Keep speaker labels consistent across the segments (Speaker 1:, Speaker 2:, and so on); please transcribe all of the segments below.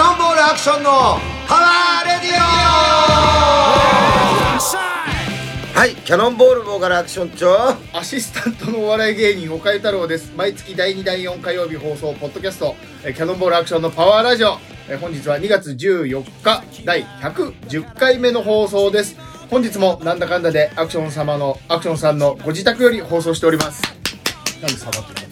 Speaker 1: ションのパワーレディオはいキャノンボールボーカルアクション長
Speaker 2: アシスタントのお笑い芸人岡井太郎です毎月第2第4火曜日放送ポッドキャストえーキャノンボールアクションのパワーラジオえー本日は2月14日第110回目の放送です本日もなんだかんだでアクション様のアクションさんのご自宅より放送しておりますなんで様って言う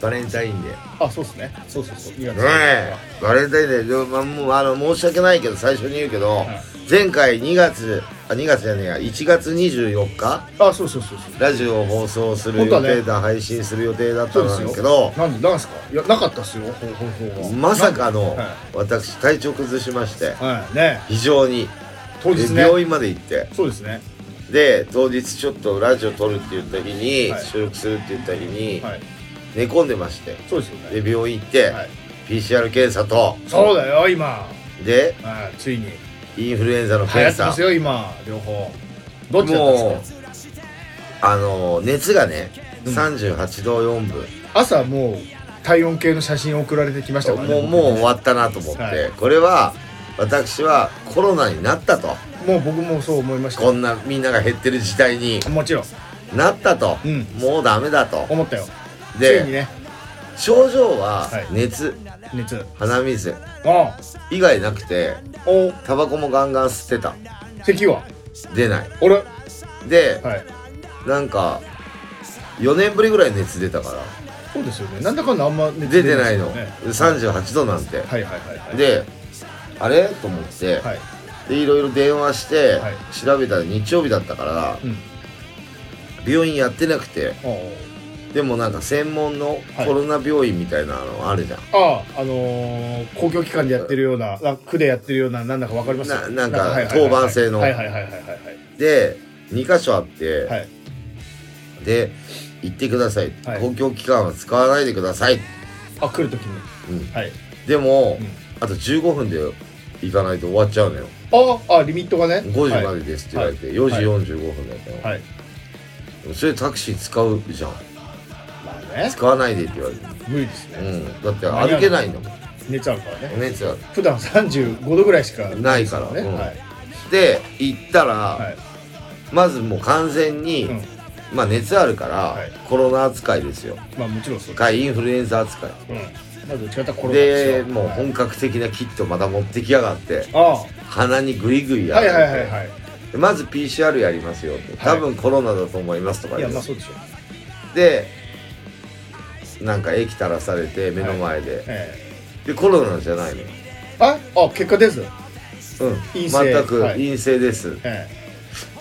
Speaker 1: バレンタインデーね
Speaker 2: のあそうですねそうそうそう2月
Speaker 1: えバレンタインデーでもまあもうあの申し訳ないけど最初に言うけど、前回2月あ2月じゃねえや1月24日
Speaker 2: あそうそうそうそう
Speaker 1: ラジオを放送する予
Speaker 2: 本当はね
Speaker 1: 定だ、配信する予定だった
Speaker 2: そ
Speaker 1: ん
Speaker 2: う
Speaker 1: で
Speaker 2: ですすよ
Speaker 1: けど
Speaker 2: なんでなんですかいやなかったっすよ方法法
Speaker 1: まさかの
Speaker 2: は
Speaker 1: 私体調崩しまして
Speaker 2: い、はい、ね
Speaker 1: 非常に
Speaker 2: 当
Speaker 1: で
Speaker 2: 日ね
Speaker 1: 病院まで行って
Speaker 2: そうですね
Speaker 1: で当日ちょっとラジオ撮るって言った日に、
Speaker 2: はい
Speaker 1: 収録するって言った日に、
Speaker 2: はい
Speaker 1: 寝込んでまして
Speaker 2: そうですよね
Speaker 1: で病院行って、
Speaker 2: はい
Speaker 1: PCR 検査と
Speaker 2: そうだよ今
Speaker 1: で
Speaker 2: はいついに
Speaker 1: インフルエンザの
Speaker 2: 流行
Speaker 1: 検
Speaker 2: って
Speaker 1: 査
Speaker 2: ますよ今両方どっちだったん
Speaker 1: もう
Speaker 2: ですか
Speaker 1: あの熱がね
Speaker 2: うん
Speaker 1: 38度4分、
Speaker 2: 朝もう体温計の写真送られてきましたからね
Speaker 1: もうもう終わったなと思って、
Speaker 2: はい
Speaker 1: これは私はコロナになったと
Speaker 2: もう僕もそう思いまし
Speaker 1: こ
Speaker 2: た
Speaker 1: んなみんなが減ってる時代に
Speaker 2: もちろん
Speaker 1: なったと、
Speaker 2: うん
Speaker 1: もうダメだと
Speaker 2: 思ったよつ
Speaker 1: で
Speaker 2: いにね
Speaker 1: 症状は
Speaker 2: はい
Speaker 1: 熱、
Speaker 2: 熱うん
Speaker 1: 鼻水以外なくて
Speaker 2: お
Speaker 1: タバコもガンガン吸ってた
Speaker 2: 咳は
Speaker 1: 出ない
Speaker 2: 俺は
Speaker 1: で
Speaker 2: い
Speaker 1: なんか4年ぶりぐらい熱出たから
Speaker 2: そうですよねなんだかんだあんま熱
Speaker 1: 出てないの
Speaker 2: 出ですよね
Speaker 1: 38度なんて
Speaker 2: はいはいはいはい
Speaker 1: であれと思って
Speaker 2: はい
Speaker 1: でいろいろ電話して
Speaker 2: はい
Speaker 1: 調べたら日曜日だったから
Speaker 2: うん
Speaker 1: 病院やってなくて
Speaker 2: おう
Speaker 1: でもなんか専門の
Speaker 2: はい
Speaker 1: コロナ病院みたいなのあるじゃん
Speaker 2: あああのー公共機関でやってるようなあ区でやってるようななんだかわかります
Speaker 1: ななんか
Speaker 2: はいはいはいはい
Speaker 1: 当番制の
Speaker 2: はいはいはいはいはい
Speaker 1: で2箇所あっ
Speaker 2: は
Speaker 1: て
Speaker 2: い
Speaker 1: で行ってください
Speaker 2: はい
Speaker 1: 公共機関は使わないでください
Speaker 2: あ来るときに
Speaker 1: うん
Speaker 2: はい
Speaker 1: でも
Speaker 2: うん
Speaker 1: あと15分で行かないと終わっちゃうのよ
Speaker 2: ああリミットがね
Speaker 1: 5時までですって言われて4
Speaker 2: はい
Speaker 1: 時45分だったの
Speaker 2: はい
Speaker 1: それタクシー使うじゃん
Speaker 2: まあね
Speaker 1: 使わないでって言われて
Speaker 2: 無理ですね、
Speaker 1: うんだって歩けないんだもん
Speaker 2: 熱あるからね
Speaker 1: 熱が
Speaker 2: 普段35度ぐらいしか
Speaker 1: ないから
Speaker 2: ね、
Speaker 1: うん
Speaker 2: はい
Speaker 1: で行ったら、
Speaker 2: はい
Speaker 1: まずもう完全に、
Speaker 2: うん
Speaker 1: まあ熱あるから、
Speaker 2: はい
Speaker 1: コロナ扱いですよ
Speaker 2: まあもちろんそうで
Speaker 1: かインフルエンザ扱い
Speaker 2: す、うん、まずどっちかっていうとコロナ
Speaker 1: で
Speaker 2: し
Speaker 1: もう本格的なキットまた持ってきやがって
Speaker 2: ああは
Speaker 1: 鼻にグイグイ
Speaker 2: い
Speaker 1: やら
Speaker 2: はい
Speaker 1: れて、
Speaker 2: はいはい
Speaker 1: でまず PCR やりますよって多分コロナだと思いますとか
Speaker 2: い
Speaker 1: 言
Speaker 2: や
Speaker 1: う
Speaker 2: まあそうでしょう、
Speaker 1: でなんか液垂らされて目の前で、
Speaker 2: え
Speaker 1: でコロナじゃないのよ
Speaker 2: えああ結果です
Speaker 1: うん
Speaker 2: 陰性
Speaker 1: 全く
Speaker 2: はい
Speaker 1: 陰性です、
Speaker 2: え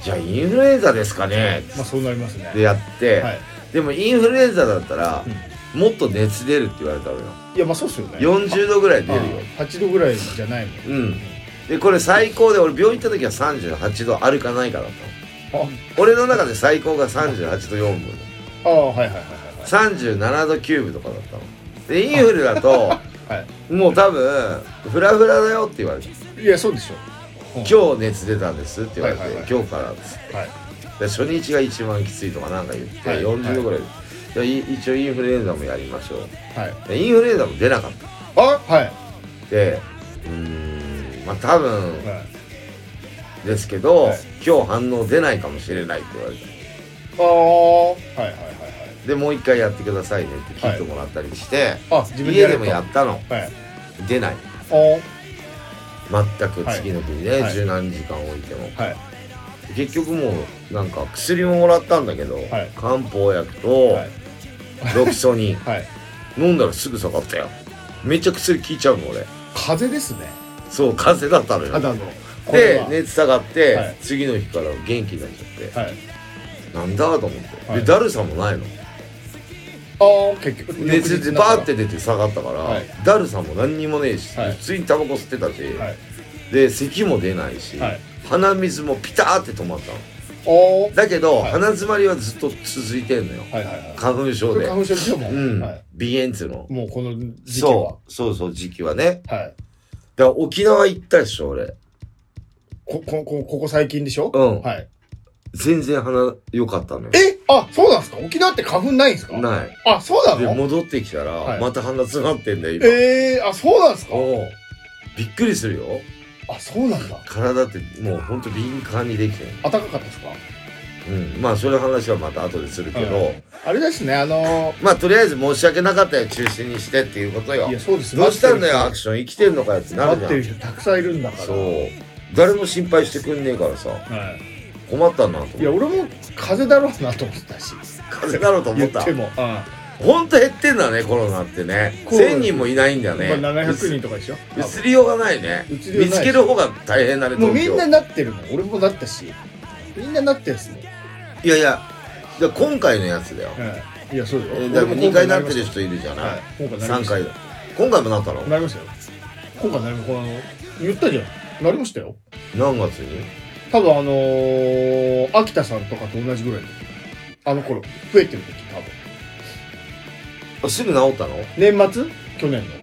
Speaker 1: じゃあインフルエンザですかね
Speaker 2: えまあそうなりますね
Speaker 1: でやって、
Speaker 2: はい
Speaker 1: でもインフルエンザだったら
Speaker 2: う、ん
Speaker 1: もっと熱出るって言われたのよ
Speaker 2: いやまあそうっすよね
Speaker 1: 40度ぐらい出るよ
Speaker 2: ああ8度ぐらいじゃないもん
Speaker 1: うんでこれ最高で俺病院行った時は38度あるかないかだったの俺の中で最高が38度4分
Speaker 2: ああはいはいはい
Speaker 1: 37度9分とかだったのでインフルだと
Speaker 2: はいは
Speaker 1: もう多分フラフラだよって言われて
Speaker 2: いいやそうでしょう、うん
Speaker 1: 今日熱出たんですって言われて、
Speaker 2: はいはいはい
Speaker 1: 今日からです
Speaker 2: はい
Speaker 1: で初日が一番きついとかなんか言って、
Speaker 2: はい
Speaker 1: 40度ぐらい、でい一応インフルエンザもやりましょう
Speaker 2: はい
Speaker 1: でインフルエンザも出なかった
Speaker 2: あはい
Speaker 1: でうーんまあ多分
Speaker 2: はい
Speaker 1: ですけど、
Speaker 2: はい
Speaker 1: 今日反応出ないかもしれないって言われて
Speaker 2: ああはいはいはいはい
Speaker 1: でもう一回やってくださいねって聞いてもらったりして、
Speaker 2: あ自分で
Speaker 1: 家
Speaker 2: やれ
Speaker 1: でも
Speaker 2: と
Speaker 1: やったの
Speaker 2: はい
Speaker 1: 出ない
Speaker 2: あー
Speaker 1: 全く次の日ね、
Speaker 2: はい
Speaker 1: 十何時間置いても
Speaker 2: はい
Speaker 1: 結局もうなんか薬ももらったんだけど、
Speaker 2: はい
Speaker 1: 漢方薬と
Speaker 2: はい
Speaker 1: ロキソニン、
Speaker 2: はい
Speaker 1: 飲んだらすぐ下がったよめっちゃ薬効いちゃうの俺
Speaker 2: 風邪ですね
Speaker 1: そう風邪だったの
Speaker 2: た
Speaker 1: よ
Speaker 2: だのこれ
Speaker 1: で
Speaker 2: は
Speaker 1: 熱下がって、
Speaker 2: はい
Speaker 1: 次の日から元気になっちゃって、
Speaker 2: はい
Speaker 1: なんだと思って、
Speaker 2: はい
Speaker 1: でだるさもないの
Speaker 2: ああ結局
Speaker 1: 熱で
Speaker 2: 翌日にな
Speaker 1: バー
Speaker 2: た
Speaker 1: って出て下がったから、
Speaker 2: はい
Speaker 1: だるさも何にもねえし、
Speaker 2: はい
Speaker 1: 普通にタバコ吸ってたし、
Speaker 2: らはい
Speaker 1: で咳も出ないし、
Speaker 2: はい
Speaker 1: 鼻水もピターって止まったの
Speaker 2: おー
Speaker 1: だけど、
Speaker 2: はい
Speaker 1: 鼻詰まりはずっと続いてんのよ
Speaker 2: はいはいはい
Speaker 1: 花粉症
Speaker 2: これ
Speaker 1: で
Speaker 2: 花粉症ですよもう
Speaker 1: うん、
Speaker 2: はい
Speaker 1: 鼻炎っつうの
Speaker 2: もうこの時期は
Speaker 1: そうそうそう時期はね
Speaker 2: は
Speaker 1: だ
Speaker 2: い
Speaker 1: から沖縄行ったでしょ俺
Speaker 2: こここここ最近でしょ
Speaker 1: うん
Speaker 2: はい
Speaker 1: 全然鼻良かったのよ
Speaker 2: えあそうなんですか沖縄って花粉ないんですか
Speaker 1: ない
Speaker 2: あそうな
Speaker 1: で
Speaker 2: の
Speaker 1: 戻ってきたら、
Speaker 2: はい
Speaker 1: また鼻詰まってんだよ今、
Speaker 2: えーあそうなんですか
Speaker 1: おうびっくりするよ
Speaker 2: あそうなんだ
Speaker 1: 体ってもうほんと敏感にできて
Speaker 2: 暖かかったですか
Speaker 1: ん、うん、まあそれ話はまた後でするけど、
Speaker 2: あれですねあの
Speaker 1: まあとりあえず申し訳なかったよ中止にしてっていうことよ
Speaker 2: いやそうです
Speaker 1: どうしたんだよアクション生きてんのかよってなる
Speaker 2: 待
Speaker 1: じ
Speaker 2: っ
Speaker 1: ゃ
Speaker 2: てる
Speaker 1: ん
Speaker 2: 人たくさんいるんだから
Speaker 1: そう誰も心配してくんねえからさ
Speaker 2: は
Speaker 1: 困ったなと思って
Speaker 2: い、いや俺も風邪だろうなと思ったし
Speaker 1: 風邪だろうと思
Speaker 2: 言
Speaker 1: っ
Speaker 2: ったても、うん
Speaker 1: ほんと減ってんだねコロナってね
Speaker 2: コロナ
Speaker 1: 1000人もいないんだよね
Speaker 2: まあ、700人とかでしょ
Speaker 1: うすりようがないね
Speaker 2: うつりようない
Speaker 1: 見つける方が大変だね
Speaker 2: もう
Speaker 1: 東
Speaker 2: み
Speaker 1: 京
Speaker 2: んななってるもん俺もなったしみんななってるっすね、
Speaker 1: いやいやいや今回のやつだよ、
Speaker 2: うん、いやそうだよ
Speaker 1: えーだから
Speaker 2: 俺も
Speaker 1: 2
Speaker 2: 今回
Speaker 1: 回なってる
Speaker 2: りまし
Speaker 1: 人いるじゃ
Speaker 2: た
Speaker 1: ない、
Speaker 2: はい、今回なりま
Speaker 1: 3
Speaker 2: した
Speaker 1: 回だ今回もなったの
Speaker 2: なりましたよ今回なりましたあの言ったじゃんなりましたよ
Speaker 1: 何月に
Speaker 2: 多分あのー、秋田さんとかと同じぐらいの時あの頃増えてる時多
Speaker 1: あすぐ治ったの
Speaker 2: 分年末去年の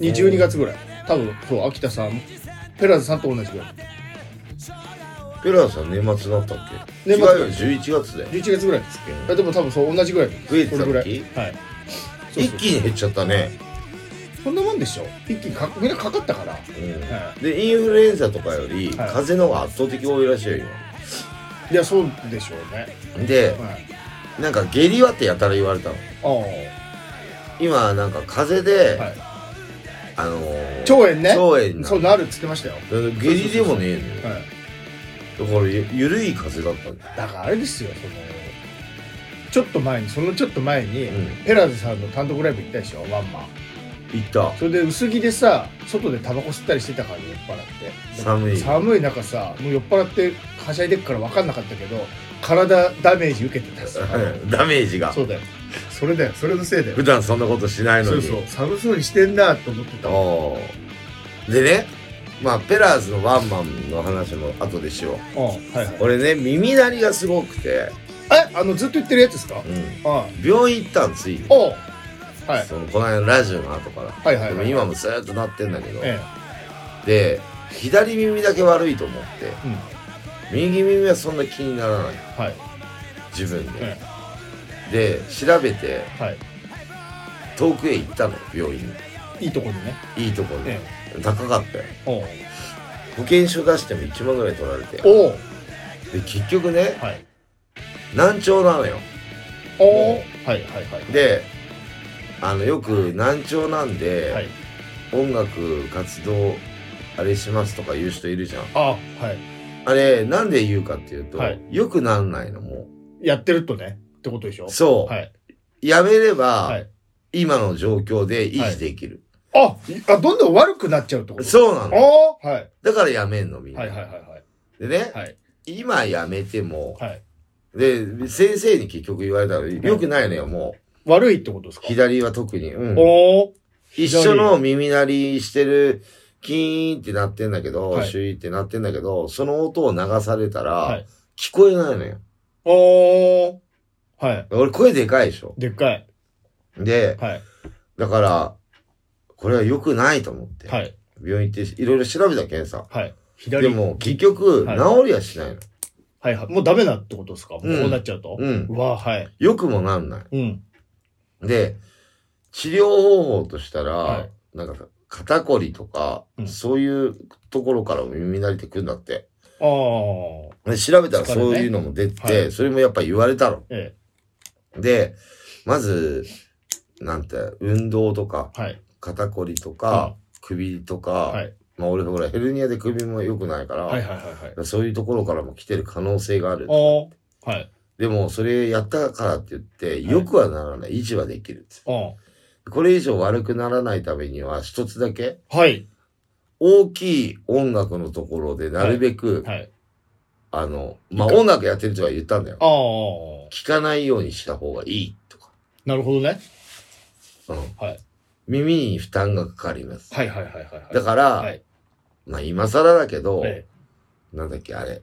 Speaker 2: に12月ぐらい多分そう秋田さんペラーズさんと同じぐらい
Speaker 1: ペラーさん年末だったっけ
Speaker 2: 年
Speaker 1: 違う
Speaker 2: 末
Speaker 1: よ11月で
Speaker 2: 11月ぐらいですっけあでも多分そう同じぐらい
Speaker 1: 増えてた
Speaker 2: これぐら
Speaker 1: 時
Speaker 2: はいそう
Speaker 1: 一
Speaker 2: そう
Speaker 1: 気に減っちゃったね、
Speaker 2: そんなもんでしょ一気にかみんなかかったからは
Speaker 1: うん
Speaker 2: い
Speaker 1: でインフルエンザとかより
Speaker 2: はい
Speaker 1: 風邪の方が圧倒的多いらしいよ
Speaker 2: いやそうでしょうね
Speaker 1: 今で
Speaker 2: はい
Speaker 1: なんか下痢はってやたら言われたの
Speaker 2: ああ
Speaker 1: 今なんか風邪で、
Speaker 2: はい
Speaker 1: あのー、
Speaker 2: 腸炎ね
Speaker 1: 腸炎なの
Speaker 2: そうなるっつってましたよ、
Speaker 1: だから下痢でもねえのよ
Speaker 2: はい、
Speaker 1: だからゆゆるい風だったんだよ
Speaker 2: だからあれですよそのちょっと前にそのちょっと前に、
Speaker 1: うん
Speaker 2: ペラーズさんの単独ライブ行ったでしょワンマン
Speaker 1: 行った
Speaker 2: それで薄着でさ外でタバコ吸ったりしてたからね酔っ払って
Speaker 1: 寒い
Speaker 2: 寒い中さもう酔っ払ってはしゃいでっから分かんなかったけど体ダメージ受けてたさ
Speaker 1: ダメージが
Speaker 2: そうだよそれだよそれのせいだよ
Speaker 1: 普段そんなことしないの
Speaker 2: そう
Speaker 1: に
Speaker 2: そう寒そうにしてんなと思ってたあ
Speaker 1: おーでねまあペラーズのワンマンの話も後でしよう
Speaker 2: あはいはい
Speaker 1: 俺ね耳鳴りがすごくて、
Speaker 2: えあのずっと言ってるやつですか
Speaker 1: うん、
Speaker 2: はい
Speaker 1: 病院行ったんついに
Speaker 2: おうはい
Speaker 1: そのこの間のラジオの後から、
Speaker 2: はいはい
Speaker 1: でも
Speaker 2: はい
Speaker 1: 今もずーっと鳴ってんだけど、
Speaker 2: え
Speaker 1: で左耳だけ悪いと思って
Speaker 2: えうん
Speaker 1: 右耳はそんな気にならない
Speaker 2: はい
Speaker 1: 自分で、
Speaker 2: え
Speaker 1: で調べて
Speaker 2: えはい
Speaker 1: 遠くへ行ったの病院
Speaker 2: いいとこにね
Speaker 1: いいとこに、
Speaker 2: え
Speaker 1: 高かったよ
Speaker 2: おう
Speaker 1: 保険証出しても1万ぐらい取られてで
Speaker 2: おう
Speaker 1: 結局ね
Speaker 2: はい
Speaker 1: 難聴なのよ
Speaker 2: おお
Speaker 1: も
Speaker 2: はいはいはい
Speaker 1: であのよく難聴なんで、
Speaker 2: はい
Speaker 1: 音楽活動あれしますとか言う人いるじゃん
Speaker 2: あはい
Speaker 1: あれなんで言うかっていうと、
Speaker 2: はい
Speaker 1: よくなんないのも
Speaker 2: やってるとねってことでしょ
Speaker 1: うそう、
Speaker 2: はい
Speaker 1: やめれば、
Speaker 2: はい
Speaker 1: 今の状況で維持できる、
Speaker 2: ああどんどん悪くなっちゃうってこと
Speaker 1: そうなの
Speaker 2: おーはい
Speaker 1: だからやめんのみんな、
Speaker 2: はいはいはい
Speaker 1: でね、
Speaker 2: はい
Speaker 1: 今やめても、
Speaker 2: はいはい
Speaker 1: で先生に結局言われたらよくないのよもう
Speaker 2: 悪いってことですか
Speaker 1: 左は特に、うん、
Speaker 2: おお
Speaker 1: 一緒の耳鳴りしてる、キーンって鳴ってんだけど、
Speaker 2: はい
Speaker 1: シュイって鳴ってんだけど、その音を流されたら、
Speaker 2: はい
Speaker 1: 聞こえないのよ。
Speaker 2: おおはい
Speaker 1: 俺声でかいでしょ。
Speaker 2: でっかい
Speaker 1: で、
Speaker 2: はい
Speaker 1: だから、これは良くないと思って、
Speaker 2: はい
Speaker 1: 病院行っていろいろ調べた検査。
Speaker 2: はい
Speaker 1: で
Speaker 2: 左
Speaker 1: も、結局、
Speaker 2: はい
Speaker 1: 治りはしないの。
Speaker 2: はいはいもうダメなってことですかもう
Speaker 1: うん
Speaker 2: こうなっちゃうと
Speaker 1: うん。
Speaker 2: わはい
Speaker 1: 良くもなんな
Speaker 2: うん
Speaker 1: い。で、治療方法としたら、
Speaker 2: はい
Speaker 1: なんかさ、肩こりとか、
Speaker 2: うん
Speaker 1: そういうところからも耳鳴りってくるんだって。
Speaker 2: ああ
Speaker 1: で調べたら
Speaker 2: 疲れね
Speaker 1: そういうのも出て、
Speaker 2: はい
Speaker 1: それもやっぱ言われたの。
Speaker 2: え
Speaker 1: で、まず、なんて、運動とか、
Speaker 2: えはい
Speaker 1: 肩こりとか、
Speaker 2: は
Speaker 1: 首とか、
Speaker 2: はい
Speaker 1: まあ俺ほらヘルニアで首も良くないから、
Speaker 2: はいはいはいはい
Speaker 1: そういうところからも来てる可能性がある。
Speaker 2: おおはい
Speaker 1: でもそれやったからって言って、良くはならない、維持はできるって。
Speaker 2: おお
Speaker 1: これ以上悪くならないためには、一つだけ、
Speaker 2: はい
Speaker 1: 大きい音楽のところでなるべく、
Speaker 2: はい
Speaker 1: あの、まあ音楽やってるとは言ったんだよ。
Speaker 2: ああ
Speaker 1: 聞かないようにした方がいいとか。
Speaker 2: なるほどね。
Speaker 1: うん
Speaker 2: はい。
Speaker 1: 耳に負担がかかります。
Speaker 2: はいはいはいはいはい。
Speaker 1: だから、
Speaker 2: はい
Speaker 1: まあ今更だけど、
Speaker 2: え
Speaker 1: なんだっけあれ、
Speaker 2: え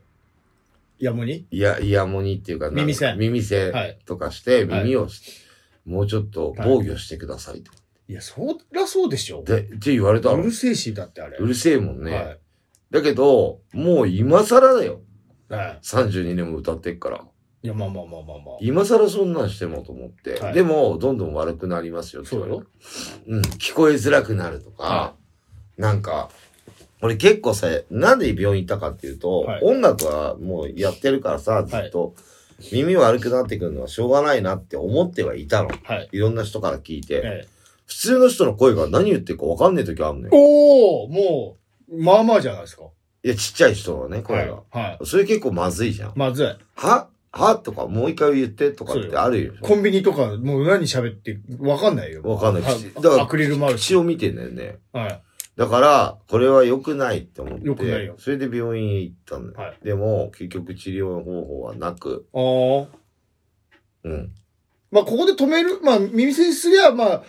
Speaker 2: やむに
Speaker 1: イヤ、イヤモニっていうか、なんか
Speaker 2: 耳栓
Speaker 1: 耳栓
Speaker 2: はい
Speaker 1: とかして、
Speaker 2: はい
Speaker 1: 耳をし、もうちょっと防御してくださいと。
Speaker 2: いや、そらそうでしょ。
Speaker 1: で、って言われた
Speaker 2: う
Speaker 1: の。
Speaker 2: るせえし、だってあれ。
Speaker 1: うるせえもんね。
Speaker 2: はい
Speaker 1: だけど、もう今更だよ。
Speaker 2: は
Speaker 1: 32年も歌ってっから。
Speaker 2: い。いや、まあまあまあまあまあ。
Speaker 1: 今更そんなんしてもと思って。
Speaker 2: はい
Speaker 1: でも、どんどん悪くなりますよって
Speaker 2: そうだろ
Speaker 1: うん。聞こえづらくなるとか、
Speaker 2: は
Speaker 1: なんか、俺結構さ、なんで病院行ったかっていうと、
Speaker 2: はい
Speaker 1: 音楽はもうやってるからさ、ずっと、耳悪くなってくるのはしょうがないなって思ってはいたの。
Speaker 2: はい。
Speaker 1: いろんな人から聞いて。
Speaker 2: ええ、
Speaker 1: 普通の人の声が何言ってるかわかんない時あるのよ。
Speaker 2: おおもう、まあまあじゃないですか。
Speaker 1: いや、ちっちゃい人のね、声が。
Speaker 2: はい。はい。
Speaker 1: それ結構まずいじゃん。
Speaker 2: まずい。
Speaker 1: ははとか、もう一回言ってとかってあるよ。
Speaker 2: コンビニとか、もう何喋って、わかんないよ。
Speaker 1: わかんない
Speaker 2: は
Speaker 1: 口だから
Speaker 2: アクリルもあるし。
Speaker 1: 口を見てんだよね。
Speaker 2: はい。
Speaker 1: だから、これは良くないって思って。
Speaker 2: 良くないよ
Speaker 1: それで病院へ行ったんだよ。
Speaker 2: はい
Speaker 1: でも、結局治療方法はなく、
Speaker 2: ああ。
Speaker 1: うん。
Speaker 2: まあ、ここで止める、まあ、耳栓すりゃ、まあ、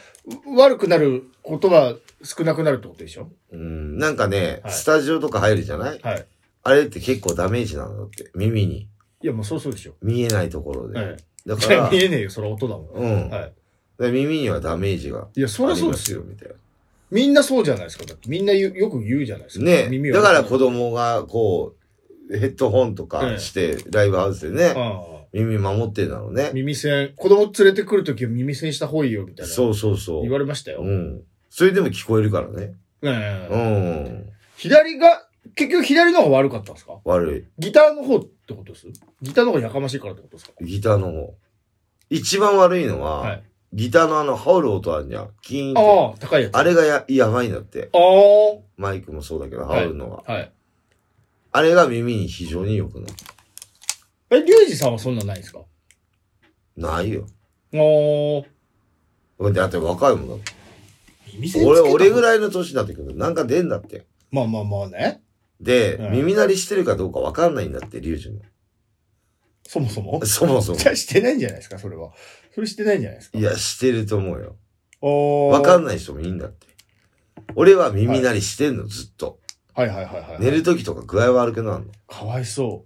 Speaker 2: 悪くなることは少なくなるってことでしょ
Speaker 1: うん、なんかね、
Speaker 2: はい
Speaker 1: スタジオとか入るじゃない
Speaker 2: はい。
Speaker 1: あれって結構ダメージなんだって。耳に。
Speaker 2: いや、もうそうそうでしょ。
Speaker 1: 見えないところで。
Speaker 2: はい。
Speaker 1: だか
Speaker 2: じゃ
Speaker 1: ら
Speaker 2: あ、 見えねえよ、それ音だもん。
Speaker 1: うん。
Speaker 2: はい。
Speaker 1: で耳にはダメージが。
Speaker 2: いや、そりゃそうですよ。
Speaker 1: みたいな。
Speaker 2: みんなそうじゃないですか。だってみんな言うよく言うじゃないですか。
Speaker 1: ね
Speaker 2: 耳
Speaker 1: だから
Speaker 2: こ
Speaker 1: 子供がこう、ヘッドホンとかして、ライブハウスでね、耳守ってんだろうね。
Speaker 2: 耳栓、子供連れてくるときは耳栓した方がいいよ、みたいな。
Speaker 1: そうそうそう。
Speaker 2: 言われましたよ。
Speaker 1: う
Speaker 2: ね
Speaker 1: ん。それでも聞こえるからね。
Speaker 2: え
Speaker 1: うん。
Speaker 2: 左が、結局左の方が悪かったんですか
Speaker 1: 悪
Speaker 2: ギターの方ってことですギターの方がやかましいからってことですか
Speaker 1: い。ギターの方。一番悪いのは、
Speaker 2: はい
Speaker 1: ギターのあの、羽織る音あるじゃん。キーンって。
Speaker 2: ああ、高いやつ。
Speaker 1: あれがや、やばいんだって。
Speaker 2: ああ。
Speaker 1: マイクもそうだけど、羽織るのは。
Speaker 2: はい。
Speaker 1: あれが耳に非常に良くない。
Speaker 2: え、リュウジさんはそんなんないんですか
Speaker 1: ないよ。
Speaker 2: おー。
Speaker 1: だって若いもんだって
Speaker 2: 耳
Speaker 1: 俺、俺ぐ
Speaker 2: い。
Speaker 1: らいの年になってくると、なんか出んだって。
Speaker 2: まあまあまあね。
Speaker 1: で、
Speaker 2: うん
Speaker 1: 耳鳴りしてるかどうかわかんないんだって、リュウジ も。
Speaker 2: そもそも。
Speaker 1: そもそも。
Speaker 2: じゃあしてないんじゃないですか、それは。それしてないんじゃないですか。
Speaker 1: いや、してると思うよ。
Speaker 2: おー。
Speaker 1: わか
Speaker 2: ん
Speaker 1: んない人もいいんだって。俺は耳鳴りしてんの、ずっと。
Speaker 2: はいはいはいはい。
Speaker 1: 寝る時とか具合悪くなる
Speaker 2: かわいそ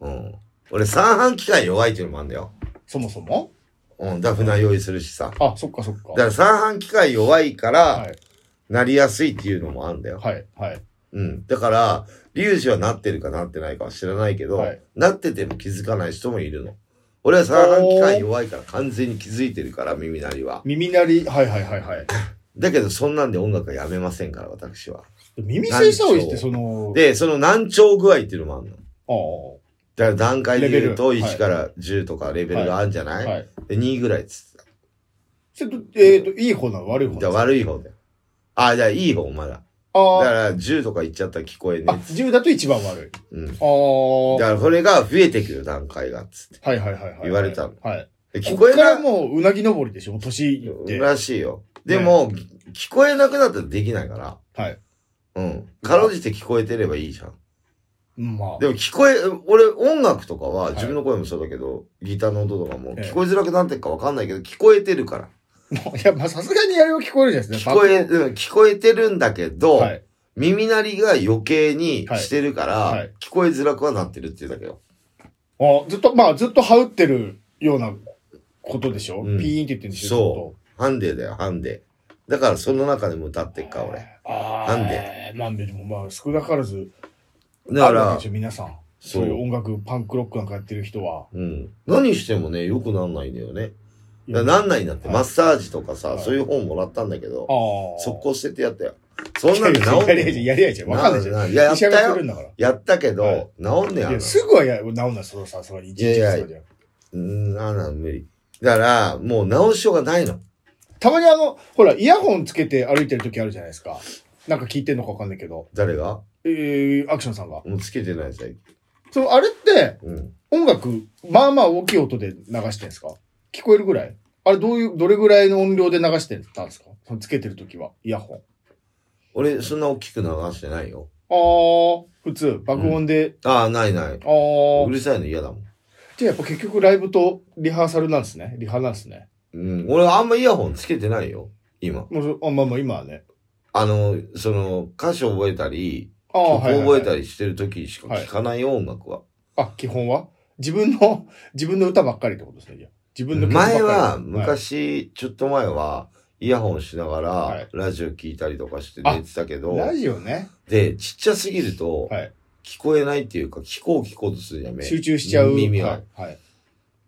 Speaker 1: の。うん。俺、三半規管弱いっていうのもあんだよ。
Speaker 2: う。そもそも
Speaker 1: うん。だ、船用意するしさ。
Speaker 2: あ、そっかそっか。
Speaker 1: だから三半規管弱いか
Speaker 2: は
Speaker 1: ら、
Speaker 2: い。
Speaker 1: なりやすいっていうのもあるんだよ。
Speaker 2: はい。はい。
Speaker 1: うん。だから、リュウジはなってるかなってないかは知らないけど、
Speaker 2: はい
Speaker 1: なってても気づかない人もいるの。俺は三半規管弱いから完全に気づいてるから、耳鳴りは。
Speaker 2: 耳鳴り、はいはいはいはい。
Speaker 1: だけど、そんなんで音楽はやめませんから、私は。
Speaker 2: 耳栓した方がいいって、その、
Speaker 1: で、その難聴具合っていうのもあるの。
Speaker 2: ああ。
Speaker 1: だから段階で言うと、
Speaker 2: レベル
Speaker 1: 1から10とかレベルがあるんじゃない、
Speaker 2: はい。
Speaker 1: で、2ぐらいっつって
Speaker 2: ちょっと、えっと、いい方なの悪い
Speaker 1: た。
Speaker 2: 方
Speaker 1: じゃ
Speaker 2: な
Speaker 1: あ
Speaker 2: の
Speaker 1: 悪い方だよ。あ、じゃあいい方、まだ。だ
Speaker 2: あ
Speaker 1: か
Speaker 2: あ。
Speaker 1: ら10とか言っちゃったら聞こえねえ
Speaker 2: あ
Speaker 1: っつ、
Speaker 2: 10だと一番悪い。
Speaker 1: うん。だ
Speaker 2: ああ。は
Speaker 1: からこれが増えてくる段階がっつっ
Speaker 2: いはいはいはい。
Speaker 1: 言われたの
Speaker 2: はい。
Speaker 1: て。で
Speaker 2: こ
Speaker 1: 聞
Speaker 2: こ
Speaker 1: こ
Speaker 2: っ
Speaker 1: え
Speaker 2: から
Speaker 1: な、
Speaker 2: もう、うなぎ登りでしょ、もう年いって。
Speaker 1: らしいよ。でも、聞こえなくなったらできないから。
Speaker 2: はい。
Speaker 1: うん。かろうじて聞こえてればいいじゃん。
Speaker 2: まあ。
Speaker 1: でも聞こえ、俺音楽とかは自分の声もそうだけど、ギターの音とかも
Speaker 2: ええ
Speaker 1: 聞こえづらくなってるかわかんないけど、聞こえてるから。
Speaker 2: いや、まあ、さすがにあれは聞こえるじゃないです
Speaker 1: 聞
Speaker 2: か。
Speaker 1: こえ、うん、聞こえてるんだけど、
Speaker 2: はい。
Speaker 1: 耳鳴りが余計にしてるから、
Speaker 2: はいはい
Speaker 1: 聞こえづらくはなってるっていうだけよ。
Speaker 2: あずっと、まあ、ずっと羽打ってるようなことでしょ、
Speaker 1: うん
Speaker 2: ピーンって言ってるんでしょ
Speaker 1: そハンデだよ、ハンデ。だからその中でも歌ってっか、俺。
Speaker 2: う。あ
Speaker 1: なん
Speaker 2: でなんで、でもまあ、少なからず、
Speaker 1: だか
Speaker 2: あるわ
Speaker 1: ら
Speaker 2: けでし、ょ皆さん。
Speaker 1: そ
Speaker 2: そうういう音楽、パンクロックなんかやってる人は。
Speaker 1: うん。何してもね、良くなんないんだよね。
Speaker 2: い
Speaker 1: だ
Speaker 2: や
Speaker 1: からなんないんだって、
Speaker 2: はい
Speaker 1: マッサージとかさ、
Speaker 2: はい
Speaker 1: そういう本もらったんだけど、
Speaker 2: ああ。
Speaker 1: 速攻捨ててやったよ。そんなの治ん
Speaker 2: やり
Speaker 1: ね
Speaker 2: ゃいい
Speaker 1: え
Speaker 2: じゃん、やりゃいいじゃん。わかんないじゃん。
Speaker 1: ん。いや、やっ
Speaker 2: 医者
Speaker 1: た
Speaker 2: が来
Speaker 1: よ。
Speaker 2: るんだから。
Speaker 1: やったけど、
Speaker 2: はい
Speaker 1: 治んねえあ
Speaker 2: い
Speaker 1: んな
Speaker 2: や、すぐはや、治んない、そのさ、その一日
Speaker 1: いやいや
Speaker 2: とかじゃ
Speaker 1: うん、あんなの無理。だから、もう直しようがないの。
Speaker 2: たまにあの、ほら、イヤホンつけて歩いてる時あるじゃないですか。なんか聞いてんのかわかんないけど。
Speaker 1: 誰が
Speaker 2: えー、アクションさんが。
Speaker 1: もうつけてない最近。
Speaker 2: その、あれって、
Speaker 1: うん。
Speaker 2: 音楽、まあまあ大きい音で流してるんですか聞こえるぐらいあれどういう、どれぐらいの音量で流してたんですかそのつけてるときは、イヤホン。
Speaker 1: 俺、そんな大きく流してないよ。
Speaker 2: ああ、普通、爆音で、
Speaker 1: ああ、ないない。
Speaker 2: あ
Speaker 1: う
Speaker 2: あ。
Speaker 1: るさいの嫌だもん。
Speaker 2: じゃあやっぱ結局ライブとリハーサルなんですね。リハなんですね。
Speaker 1: うん。俺、あんまイヤホンつけてないよ。今。
Speaker 2: もうそ、あまあまあ今はね。
Speaker 1: あの、その、歌詞覚えたり、
Speaker 2: ああ、
Speaker 1: 曲
Speaker 2: はいはい、
Speaker 1: 覚
Speaker 2: はい。
Speaker 1: えたりしてる時しか聴かないよ、音楽は。
Speaker 2: あ、基本は自分の、 自分の歌ばっかりってことですね。じゃあ自分の曲ばっか
Speaker 1: 前
Speaker 2: り。
Speaker 1: は、
Speaker 2: はい
Speaker 1: 昔、ちょっと前は、イヤホンしなが
Speaker 2: は
Speaker 1: ら
Speaker 2: い、
Speaker 1: ラジオ聞いたりとかして寝てたけど、
Speaker 2: ラジオね。
Speaker 1: で、ちっちゃすぎると
Speaker 2: はい、
Speaker 1: 聞こえないっていうか、聞こう聞こうとするじゃん、目
Speaker 2: 集中しちゃう。
Speaker 1: 耳
Speaker 2: は。。
Speaker 1: はい
Speaker 2: はい。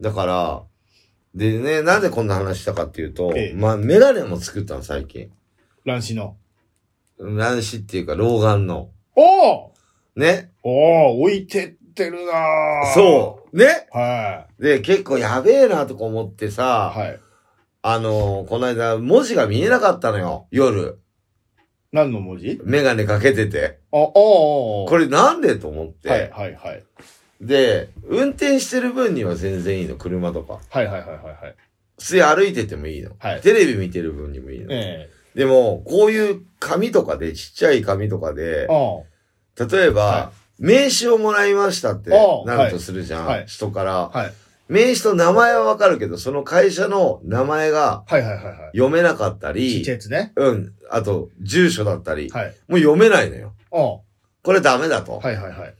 Speaker 1: だから、でね、なんでこんな話したかっていうと
Speaker 2: ええ、
Speaker 1: まあ、メガネも作ったの、最近。
Speaker 2: 乱視の。
Speaker 1: 乱視っていうか、老眼の。
Speaker 2: おー
Speaker 1: ね。
Speaker 2: おー置いてってるなー
Speaker 1: そう。ね。
Speaker 2: う。は
Speaker 1: で、結構やべえなとか思って
Speaker 2: い。
Speaker 1: さ、
Speaker 2: はい。
Speaker 1: あのーこの間文字が見えなかったのよ。夜。
Speaker 2: 何の文字
Speaker 1: メガネかけてて。
Speaker 2: あ、ああ。こ
Speaker 1: これなんでと思って。
Speaker 2: はいはいはい。
Speaker 1: で、運転してる分には全然いいの。車とか。
Speaker 2: はいはいはいはいはい。
Speaker 1: 普通に歩いててもいいの。
Speaker 2: はい
Speaker 1: テレビ見てる分にもいいの。
Speaker 2: え
Speaker 1: でも、こういう紙とかで、ちっちゃい紙とかで
Speaker 2: え。、あ
Speaker 1: 例えば、
Speaker 2: は
Speaker 1: 名刺をもらいましたって
Speaker 2: ああ
Speaker 1: なるとするじゃん。
Speaker 2: はいはい
Speaker 1: 人から、
Speaker 2: あ。はい。
Speaker 1: 名刺と名前はわかるけど、その会社の名前が
Speaker 2: はいはいはいはい。
Speaker 1: 読めなかった
Speaker 2: ちっ
Speaker 1: り
Speaker 2: ちゃい、やつね。
Speaker 1: うん、あと、住所だったり、
Speaker 2: はい。
Speaker 1: もう読めないのよ。
Speaker 2: ああ。は
Speaker 1: これダメだと。
Speaker 2: いはいはい。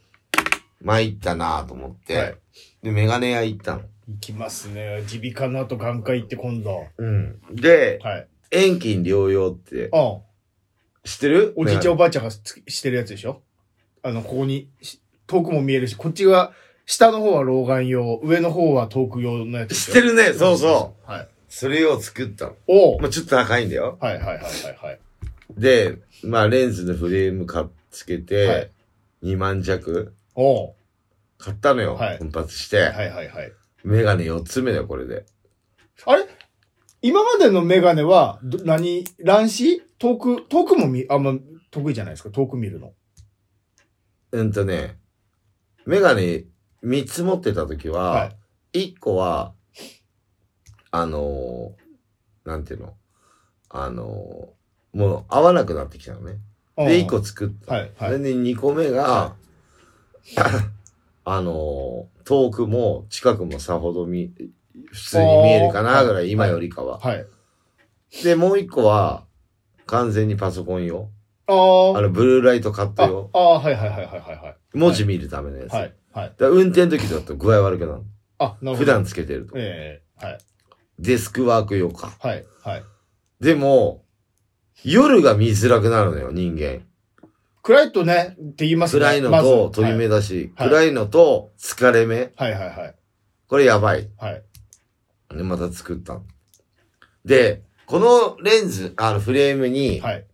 Speaker 1: 参ったなぁと思って、
Speaker 2: はい
Speaker 1: で、メガネ屋行ったの。
Speaker 2: 行きますね。耳鼻科の後眼科行って今度。
Speaker 1: うん。で、
Speaker 2: はい。
Speaker 1: 遠近療養って
Speaker 2: あ、あ。
Speaker 1: 知ってる
Speaker 2: おじいちゃん
Speaker 1: ん。
Speaker 2: おばあちゃんがつしてるやつでしょあの、ここに、し遠くも見えるし、こっちは、下の方は老眼用、上の方は遠く用のやつでし
Speaker 1: 知
Speaker 2: ょ。
Speaker 1: ってるね、そうそう。
Speaker 2: う。はい。
Speaker 1: それを作ったの。
Speaker 2: おう
Speaker 1: まあ、ちょっと高いんだよ。
Speaker 2: はいはいはいはいはい。
Speaker 1: で、まあ、レンズのフレーム買っつけ
Speaker 2: は
Speaker 1: て
Speaker 2: い、
Speaker 1: 2万弱
Speaker 2: おう
Speaker 1: 買ったのよ。
Speaker 2: はい
Speaker 1: 奮発して。
Speaker 2: はいはいはい。
Speaker 1: メガネ4つ目だよ、これで。
Speaker 2: あれ今までのメガネは、ど何乱視遠く、遠くも見、あんま得意じゃないですか遠く見るの。
Speaker 1: うんとね、メガネ3つ持ってた時は、
Speaker 2: は
Speaker 1: 1個は、あのー、なんていうのあのー、もう合わなくなってきたのね。
Speaker 2: い。
Speaker 1: で、1
Speaker 2: う
Speaker 1: 個
Speaker 2: ん。
Speaker 1: 作った。
Speaker 2: はい
Speaker 1: そ
Speaker 2: は
Speaker 1: れ
Speaker 2: い。
Speaker 1: で2個目が
Speaker 2: は、
Speaker 1: あのー、遠くも近くもさほどみ、普通に見えるかなぐらい、今よりかは。
Speaker 2: はい。
Speaker 1: で、もう一個は、完全にパソコン用。
Speaker 2: あ
Speaker 1: あ
Speaker 2: ー
Speaker 1: の、ブルーライトカット
Speaker 2: あ。
Speaker 1: 用。
Speaker 2: ああ、はいはいはいはいは
Speaker 1: 文字見るためのや
Speaker 2: い。
Speaker 1: つ。
Speaker 2: はい。はい。
Speaker 1: だから運転の時だと具合悪くなる
Speaker 2: あ、なるほど。
Speaker 1: の。普。段つけてると。
Speaker 2: ええはい。
Speaker 1: デスクワーク用か。
Speaker 2: はい。はい。
Speaker 1: でも、夜が見づらくなるのよ、人間。
Speaker 2: 暗いとね、って言いますね。
Speaker 1: 暗いの
Speaker 2: まず
Speaker 1: と飛び目だし、
Speaker 2: はい
Speaker 1: 暗いのと疲れ目。
Speaker 2: はいはいはい。
Speaker 1: これやばい。
Speaker 2: はい。
Speaker 1: で、また作ったの。で、このレンズ、あのフレームに、
Speaker 2: はい。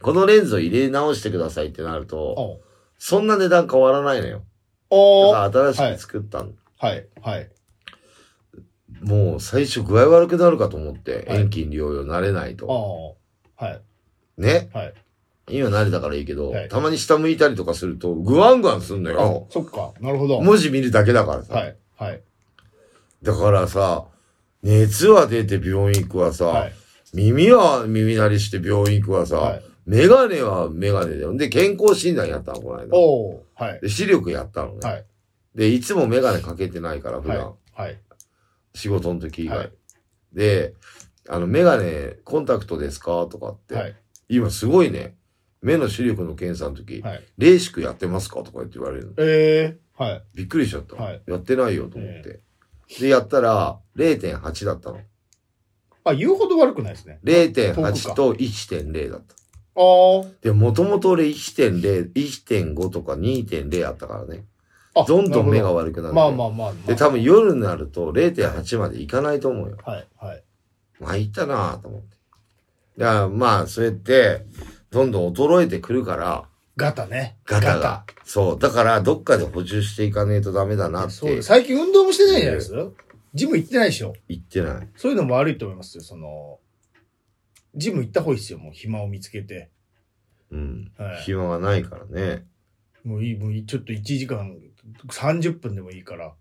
Speaker 1: このレンズを入れ直してくださいってなると、
Speaker 2: おう
Speaker 1: そんな値段変わらないのよ。
Speaker 2: おー
Speaker 1: だから新しく作ったの。
Speaker 2: はい。はい。
Speaker 1: もう最初具合悪くなるかと思って、
Speaker 2: はい
Speaker 1: 遠近療養慣れないと。
Speaker 2: おーはい。
Speaker 1: ね
Speaker 2: はい。
Speaker 1: 今慣れたからいいけど、
Speaker 2: はい
Speaker 1: たまに下向いたりとかすると、グワングワンすんの
Speaker 2: あ
Speaker 1: よ。
Speaker 2: そっか。なるほど。
Speaker 1: 文字見るだけだからさ。
Speaker 2: はい。はい。
Speaker 1: だからさ、熱は出て病院行くわさ、
Speaker 2: はい。
Speaker 1: 耳は耳鳴りして病院行くわさ、
Speaker 2: はい。
Speaker 1: メガネはメガネだよ。で、健康診断やったの、この間。
Speaker 2: おーはい。
Speaker 1: で、視力やったのね。
Speaker 2: はい
Speaker 1: で、いつもメガネかけてないから、普段。
Speaker 2: はい。はい。
Speaker 1: 仕事の時以外。
Speaker 2: はい
Speaker 1: で、あの、メガネ、コンタクトですかとかって、
Speaker 2: はい。
Speaker 1: 今すごいね、目の視力の検査の時、
Speaker 2: はい。
Speaker 1: レーシックやってますかとか言って言われるの。
Speaker 2: ええはい。
Speaker 1: びっくりしちゃった。
Speaker 2: はい
Speaker 1: やってないよと思って。で、やったら、0.8だったの。
Speaker 2: あ、言うほど悪くないですね。
Speaker 1: 0.8と1.0だった。
Speaker 2: あー
Speaker 1: で、もともと俺1.0、1.5とか2.0あったからね。
Speaker 2: あ。
Speaker 1: どんどん目が
Speaker 2: なる
Speaker 1: 悪くな
Speaker 2: ほど
Speaker 1: る。
Speaker 2: まあまあまあまあ。
Speaker 1: で、多分夜になると0.8までいかないと思うよ。
Speaker 2: はい。はい。
Speaker 1: まあ、いったなぁと思って。だからまあ、そうやって、どんどん衰えてくるから、
Speaker 2: ガタね。
Speaker 1: ガタが。そう。だから、どっかで補充していかねえとダメだなっ
Speaker 2: そう
Speaker 1: て
Speaker 2: です。最近運動もしてないじゃないですか。ジム行ってないでしょ。
Speaker 1: 言ってない。
Speaker 2: そういうのも悪いと思いますよ。その、ジム行った方がいいですよ。もう暇を見つけて。
Speaker 1: うん。
Speaker 2: はい
Speaker 1: 暇がないからね。
Speaker 2: もういい、もういいちょっと1時間、30分でもいいから。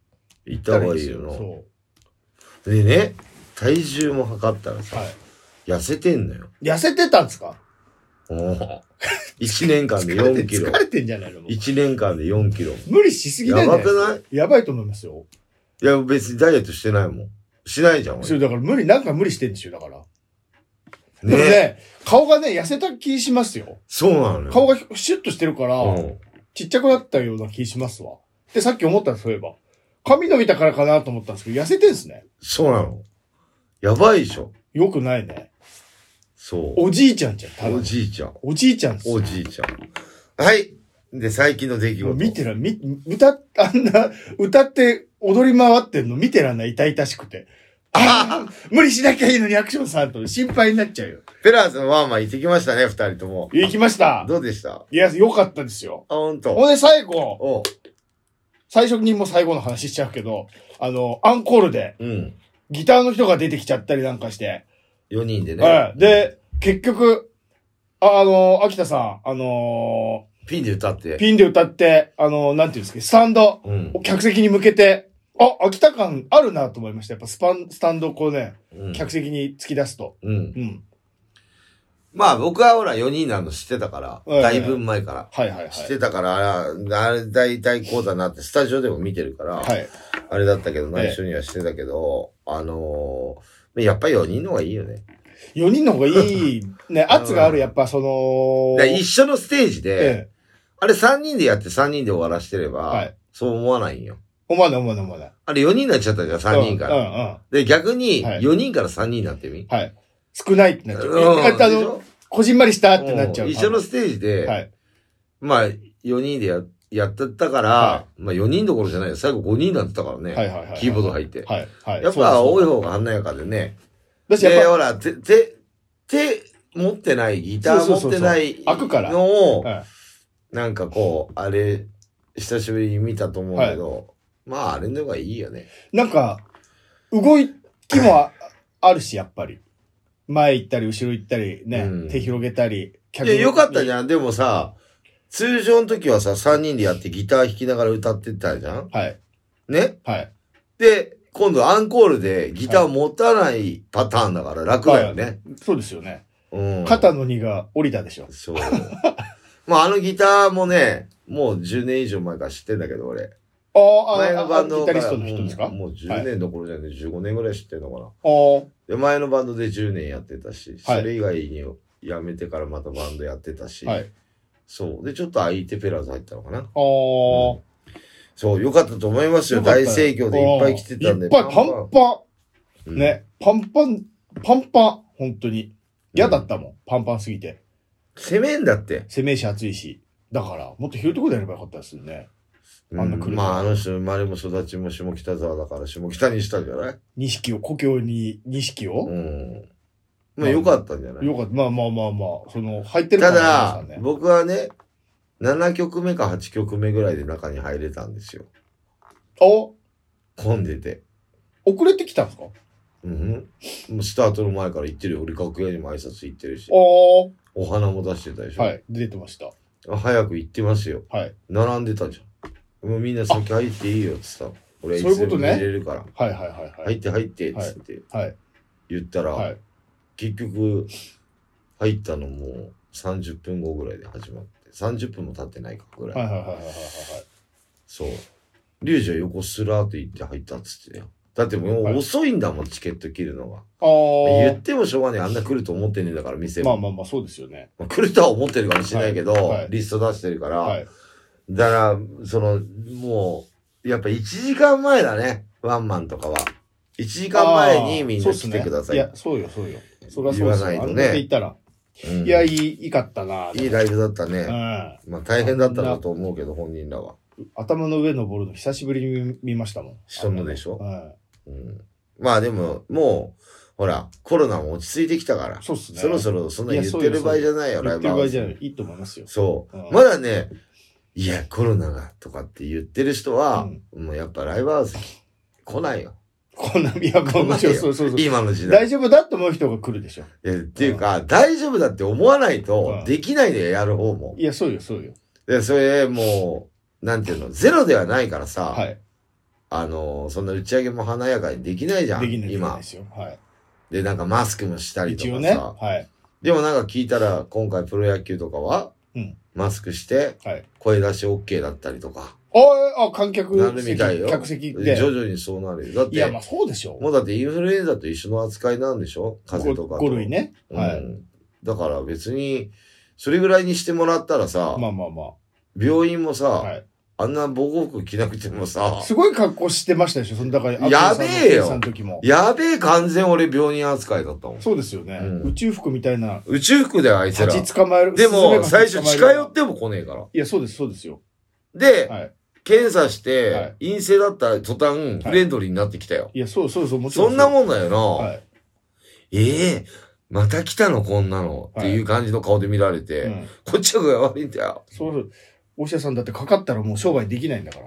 Speaker 1: 行った方がいいよ
Speaker 2: 行ったら
Speaker 1: な。
Speaker 2: で
Speaker 1: でね、体重も測ったら
Speaker 2: す
Speaker 1: さ
Speaker 2: よ。、は
Speaker 1: 痩せてんの よ。
Speaker 2: い。痩せてたんですか
Speaker 1: おお。1年間で4キロ
Speaker 2: 疲。れてんじゃないのもう
Speaker 1: 1年間で4キロ。
Speaker 2: 無理しすぎなん
Speaker 1: や
Speaker 2: じ
Speaker 1: ば
Speaker 2: ゃないです
Speaker 1: く
Speaker 2: か
Speaker 1: ない
Speaker 2: やばいと思いますよ。
Speaker 1: いや、別にダイエットしてないもん。しないじゃん、
Speaker 2: そ
Speaker 1: 俺。
Speaker 2: れだから無理、なんか無理してんでしょ、だから。でも
Speaker 1: ね。
Speaker 2: ね、顔がね、痩せた気しますよ。
Speaker 1: そうなのよ。
Speaker 2: 顔がシュッとしてるから、
Speaker 1: うん
Speaker 2: ちっちゃくなったような気しますわ。で、さっき思ったんですそういえば。髪伸びたからかなと思ったんですけど、痩せてんすね。
Speaker 1: そうなの。やばいでしょ。
Speaker 2: よくないね。
Speaker 1: そう。
Speaker 2: おじいちゃんじゃん、ただ
Speaker 1: お
Speaker 2: の
Speaker 1: じいちゃん。
Speaker 2: おじいちゃんっすよ
Speaker 1: おじいちゃん。はい。で、最近の出来
Speaker 2: もう
Speaker 1: 事。
Speaker 2: 見てらん、 み、歌っ、あんな、歌って踊り回ってんの見てらんない、痛々しくて。あー無理しなきゃいいのにアクションさんと心配になっちゃうよ。
Speaker 1: ペラーズのワンマン行ってきましたね、二人とも。
Speaker 2: 行きました。
Speaker 1: どうでしたあ、
Speaker 2: いや、良かったですよ。
Speaker 1: ほんと。
Speaker 2: ほんで最後、
Speaker 1: おう。
Speaker 2: 最初にもう最後の話しちゃうけど、あの、アンコールで
Speaker 1: うん。
Speaker 2: ギターの人が出てきちゃったりなんかして、
Speaker 1: 4人でね
Speaker 2: は。い。で、結局、ああの、秋田さん、あの
Speaker 1: ピンで歌って。
Speaker 2: ーピンで歌って、あのーなんていうんですか、スタンド、
Speaker 1: うん。
Speaker 2: 客席に向けて、あ、秋田感あるなと思いました。やっぱスパン、スタンドをこうね、
Speaker 1: うん
Speaker 2: 客席に突き出すと。
Speaker 1: うん。
Speaker 2: うん。
Speaker 1: まあ僕はほら4人なの知ってたから、
Speaker 2: はい
Speaker 1: だいぶ前から。
Speaker 2: はいはいはい。
Speaker 1: 知ってたから、あれ、あれ大体こうだなって、スタジオでも見てるから、
Speaker 2: はい。
Speaker 1: あれだったけど、
Speaker 2: ええ
Speaker 1: 内緒にはしてたけど、あのー、やっぱり4人の方がいいよね。
Speaker 2: 4人の方がいい、ね、圧がある、やっぱその、
Speaker 1: で一緒のステージで、
Speaker 2: ええ、
Speaker 1: あれ3人でやって3人で終わらしてれば、
Speaker 2: はい
Speaker 1: そう思わないんよ。
Speaker 2: 思わない思わない思わない。
Speaker 1: あれ4人になっちゃったじゃん、3人から。
Speaker 2: うんうんうん。
Speaker 1: で、逆に
Speaker 2: はい
Speaker 1: 4人から3人になってみ、
Speaker 2: はい。少ないってなっちゃう。
Speaker 1: うん
Speaker 2: だってあ
Speaker 1: でし
Speaker 2: の、
Speaker 1: ょ
Speaker 2: こじんまりしたってなっちゃう。
Speaker 1: ん一緒のステージで、
Speaker 2: はい。
Speaker 1: まあ4人でややってたから、
Speaker 2: は
Speaker 1: まあ4人どころじゃないよ。最後5人になってたからね。
Speaker 2: はいはいはい。
Speaker 1: キーボード入って。
Speaker 2: はい。はい。
Speaker 1: やっぱ多い
Speaker 2: よ。
Speaker 1: 方が華やかでね。
Speaker 2: だし、
Speaker 1: で、
Speaker 2: やっ
Speaker 1: ほら、手、手、手持ってない、ギター
Speaker 2: そう
Speaker 1: 持
Speaker 2: そうそうそう
Speaker 1: ってない
Speaker 2: 開くから
Speaker 1: のを
Speaker 2: ぱ、、はい
Speaker 1: なんかこう、あれ、久しぶりに見たと思うけど、まあ、あれの方がいいよね。
Speaker 2: なんか、動き もああるし、やっぱり。前行ったり、後ろ行ったり、ね、
Speaker 1: うん
Speaker 2: 手広げたり、客
Speaker 1: いや、よかったじ
Speaker 2: ゃん。
Speaker 1: ゃん。でもさ、通常の時はさ、3人でやってギター弾きながら歌ってたじゃん
Speaker 2: はい。
Speaker 1: ね
Speaker 2: はい。
Speaker 1: で、今度アンコールでギター持たないパターンだから楽だよね。
Speaker 2: そうですよね。
Speaker 1: うん。
Speaker 2: 肩の荷が降りたでしょ。
Speaker 1: そう。 まあ、あのギターもね、もう10年以上前から知ってんだけど、俺。
Speaker 2: ああ、あ
Speaker 1: 前
Speaker 2: あ
Speaker 1: の
Speaker 2: あ
Speaker 1: バン
Speaker 2: ギ
Speaker 1: ド
Speaker 2: タ
Speaker 1: から
Speaker 2: リストの人ですか
Speaker 1: もうもう10年どころじゃない、15年ぐらい知ってるのかな。
Speaker 2: あー
Speaker 1: で、前のバンドで10年やってたし、
Speaker 2: はい
Speaker 1: それ以外に辞めてからまたバンドやってたし、
Speaker 2: はい。
Speaker 1: そう。で、ちょっと空いてペラーズ入ったのかな。
Speaker 2: あー
Speaker 1: そう、よかったと思いますよ。
Speaker 2: よかった
Speaker 1: 大
Speaker 2: よ
Speaker 1: 盛況でいっぱい来てたんで。
Speaker 2: いっぱいパンパ
Speaker 1: う
Speaker 2: ン。
Speaker 1: ん。
Speaker 2: ね。パンパン、パンパン。本当に。嫌だったもん。パンパンすぎて。
Speaker 1: 攻めんだって。
Speaker 2: 攻めし暑いし。だから、もっと広いところでやればよかったですよね。
Speaker 1: うん
Speaker 2: あんな来る
Speaker 1: まあ、あの人、生まれも育ちも下北沢だから、下北にしたんじゃない
Speaker 2: 錦を、故郷に錦を、
Speaker 1: うん。まあ、よかったんじゃない
Speaker 2: よかった。まあまあまあまあ、その、入ってる
Speaker 1: た
Speaker 2: から
Speaker 1: だ、
Speaker 2: 皆さんね
Speaker 1: 僕はね、7曲目か8曲目ぐらいで中に入れたんですよ。
Speaker 2: あ、
Speaker 1: 混んでて。
Speaker 2: 遅れてきたんですかあ
Speaker 1: うん、もうスタートの前から行ってるよ。俺楽屋にも挨拶行ってるし
Speaker 2: あ。ー、
Speaker 1: お花も出してたでしょ。
Speaker 2: はい、出てました。
Speaker 1: 早く行ってますよ。
Speaker 2: はい、
Speaker 1: 並んでたじゃん。もうみんな先入っていいよって言ったの。俺い
Speaker 2: そういう
Speaker 1: つ
Speaker 2: こ
Speaker 1: で
Speaker 2: と
Speaker 1: も入
Speaker 2: ね
Speaker 1: れるから。
Speaker 2: はいはいはいは
Speaker 1: 入っ
Speaker 2: い。
Speaker 1: て入ってっつって
Speaker 2: はい、
Speaker 1: 言ったら、
Speaker 2: はい。
Speaker 1: 結局入ったのも30分後ぐらいで始まって。30分も経ってないかぐらい。
Speaker 2: はいはいはいはいはいはい。
Speaker 1: そう。リュウジは横スラーと言って入ったっつってたよ。だっても
Speaker 2: はいう
Speaker 1: 遅いんだもん、チケット切るのが。
Speaker 2: あ
Speaker 1: 言
Speaker 2: ー
Speaker 1: ってもしょうがねえ。あんな来ると思ってねえんだから、店
Speaker 2: ま
Speaker 1: も。
Speaker 2: あまあまあ、そうですよね。
Speaker 1: まあ来るとは思ってるかもしれないけど、
Speaker 2: はいはい
Speaker 1: リスト出してるから。
Speaker 2: はい。
Speaker 1: だから、その、もう、やっぱ1時間前だね。ワンマンとかは。1時間前にみん
Speaker 2: あー
Speaker 1: な来てください。
Speaker 2: そうっすね、いや、そうよ、そうよ。そりゃ
Speaker 1: 言
Speaker 2: そうで
Speaker 1: わ
Speaker 2: すよ。
Speaker 1: ない
Speaker 2: あ
Speaker 1: と
Speaker 2: れ
Speaker 1: ね
Speaker 2: だけ言ったら。
Speaker 1: うん
Speaker 2: いや、いい、いいかったな。
Speaker 1: いいライブだった
Speaker 2: う
Speaker 1: ね。
Speaker 2: ん。
Speaker 1: まあ大変だったなと思うけど、本人らは。
Speaker 2: 頭の上登るの久しぶりに見ましたもん。
Speaker 1: 人のでしょ
Speaker 2: う。ん。
Speaker 1: うんまあでも、もう、ほら、コロナも落ち着いてきたから。
Speaker 2: そうっすね。
Speaker 1: そろそろそんない言
Speaker 2: や
Speaker 1: ってる場合じゃないよ、ライ
Speaker 2: 言っ
Speaker 1: ブ
Speaker 2: てる
Speaker 1: ハ
Speaker 2: 場合
Speaker 1: ウ
Speaker 2: じゃな
Speaker 1: ス。
Speaker 2: い。いいと思いますよ。
Speaker 1: そ
Speaker 2: うん
Speaker 1: う。まだね、いや、コロナがとかって言ってる人は、もうやっぱライブハウス来ないよ。
Speaker 2: こんな都はもちろん、 そうそうそう。
Speaker 1: 今の時代。
Speaker 2: 大丈夫だって思う人が来るでしょ。
Speaker 1: えっていうか、大丈夫だって思わないと
Speaker 2: うん、
Speaker 1: できないでやる方も。
Speaker 2: いや、そうよ、そうよ。
Speaker 1: で、それ、もう、なんていうの、ゼロではないからさ、
Speaker 2: はい。
Speaker 1: あの、そんな打ち上げも華やかにできないじゃん、
Speaker 2: できないできない
Speaker 1: 今
Speaker 2: で。すよ。はい。
Speaker 1: で、なんかマスクもしたりと
Speaker 2: 一応
Speaker 1: か
Speaker 2: ね。
Speaker 1: さ。
Speaker 2: はい。
Speaker 1: でもなんか聞いたら、今回プロ野球とかは、
Speaker 2: うん
Speaker 1: マスクして、
Speaker 2: はい。
Speaker 1: 声出し OK だったりとか、
Speaker 2: ああ、観客
Speaker 1: なる
Speaker 2: 席、
Speaker 1: みたいよ。
Speaker 2: 客席
Speaker 1: 徐
Speaker 2: で。
Speaker 1: 々にそうなるよ。だっ
Speaker 2: い
Speaker 1: て、
Speaker 2: や、まあそうでしょ
Speaker 1: もうだってインフルエンザと一緒の扱いなんでしょ
Speaker 2: う。
Speaker 1: 風邪とかと。
Speaker 2: 5類ね。
Speaker 1: うん
Speaker 2: はい。
Speaker 1: だから別に、それぐらいにしてもらったらさ、
Speaker 2: まあまあま
Speaker 1: 病院もさ、
Speaker 2: あ。はい。
Speaker 1: あんな防護服着なくてもさ、
Speaker 2: すごい格好してましたでしょ、その中に。
Speaker 1: やべえよ
Speaker 2: さんの時も。
Speaker 1: やべえ完全俺病人扱いだったもん。
Speaker 2: そうですよね。
Speaker 1: うん
Speaker 2: 宇宙服みたいな、
Speaker 1: 宇宙服だよ、あいつら。
Speaker 2: 立ち捕まえる。
Speaker 1: で
Speaker 2: スズメ
Speaker 1: も、
Speaker 2: バチ
Speaker 1: 最初
Speaker 2: 捕まえる
Speaker 1: 近寄っても来ねえから。
Speaker 2: いや、そうです、そうですよ。
Speaker 1: で、
Speaker 2: はい。
Speaker 1: 検査し
Speaker 2: は
Speaker 1: て
Speaker 2: い、
Speaker 1: 陰性だった途端、フレンドリーになってきたよ。
Speaker 2: いや、そうそうそう、もちろ
Speaker 1: そ
Speaker 2: ん。
Speaker 1: んなも
Speaker 2: も
Speaker 1: んだよな。
Speaker 2: はい。
Speaker 1: ええまた来たのこんなの、
Speaker 2: はい
Speaker 1: っていう感じの顔で見られて、
Speaker 2: うん
Speaker 1: こっちの方が悪いんだよ。
Speaker 2: そう、お医者さんだってかかったらもう商売できないんだから。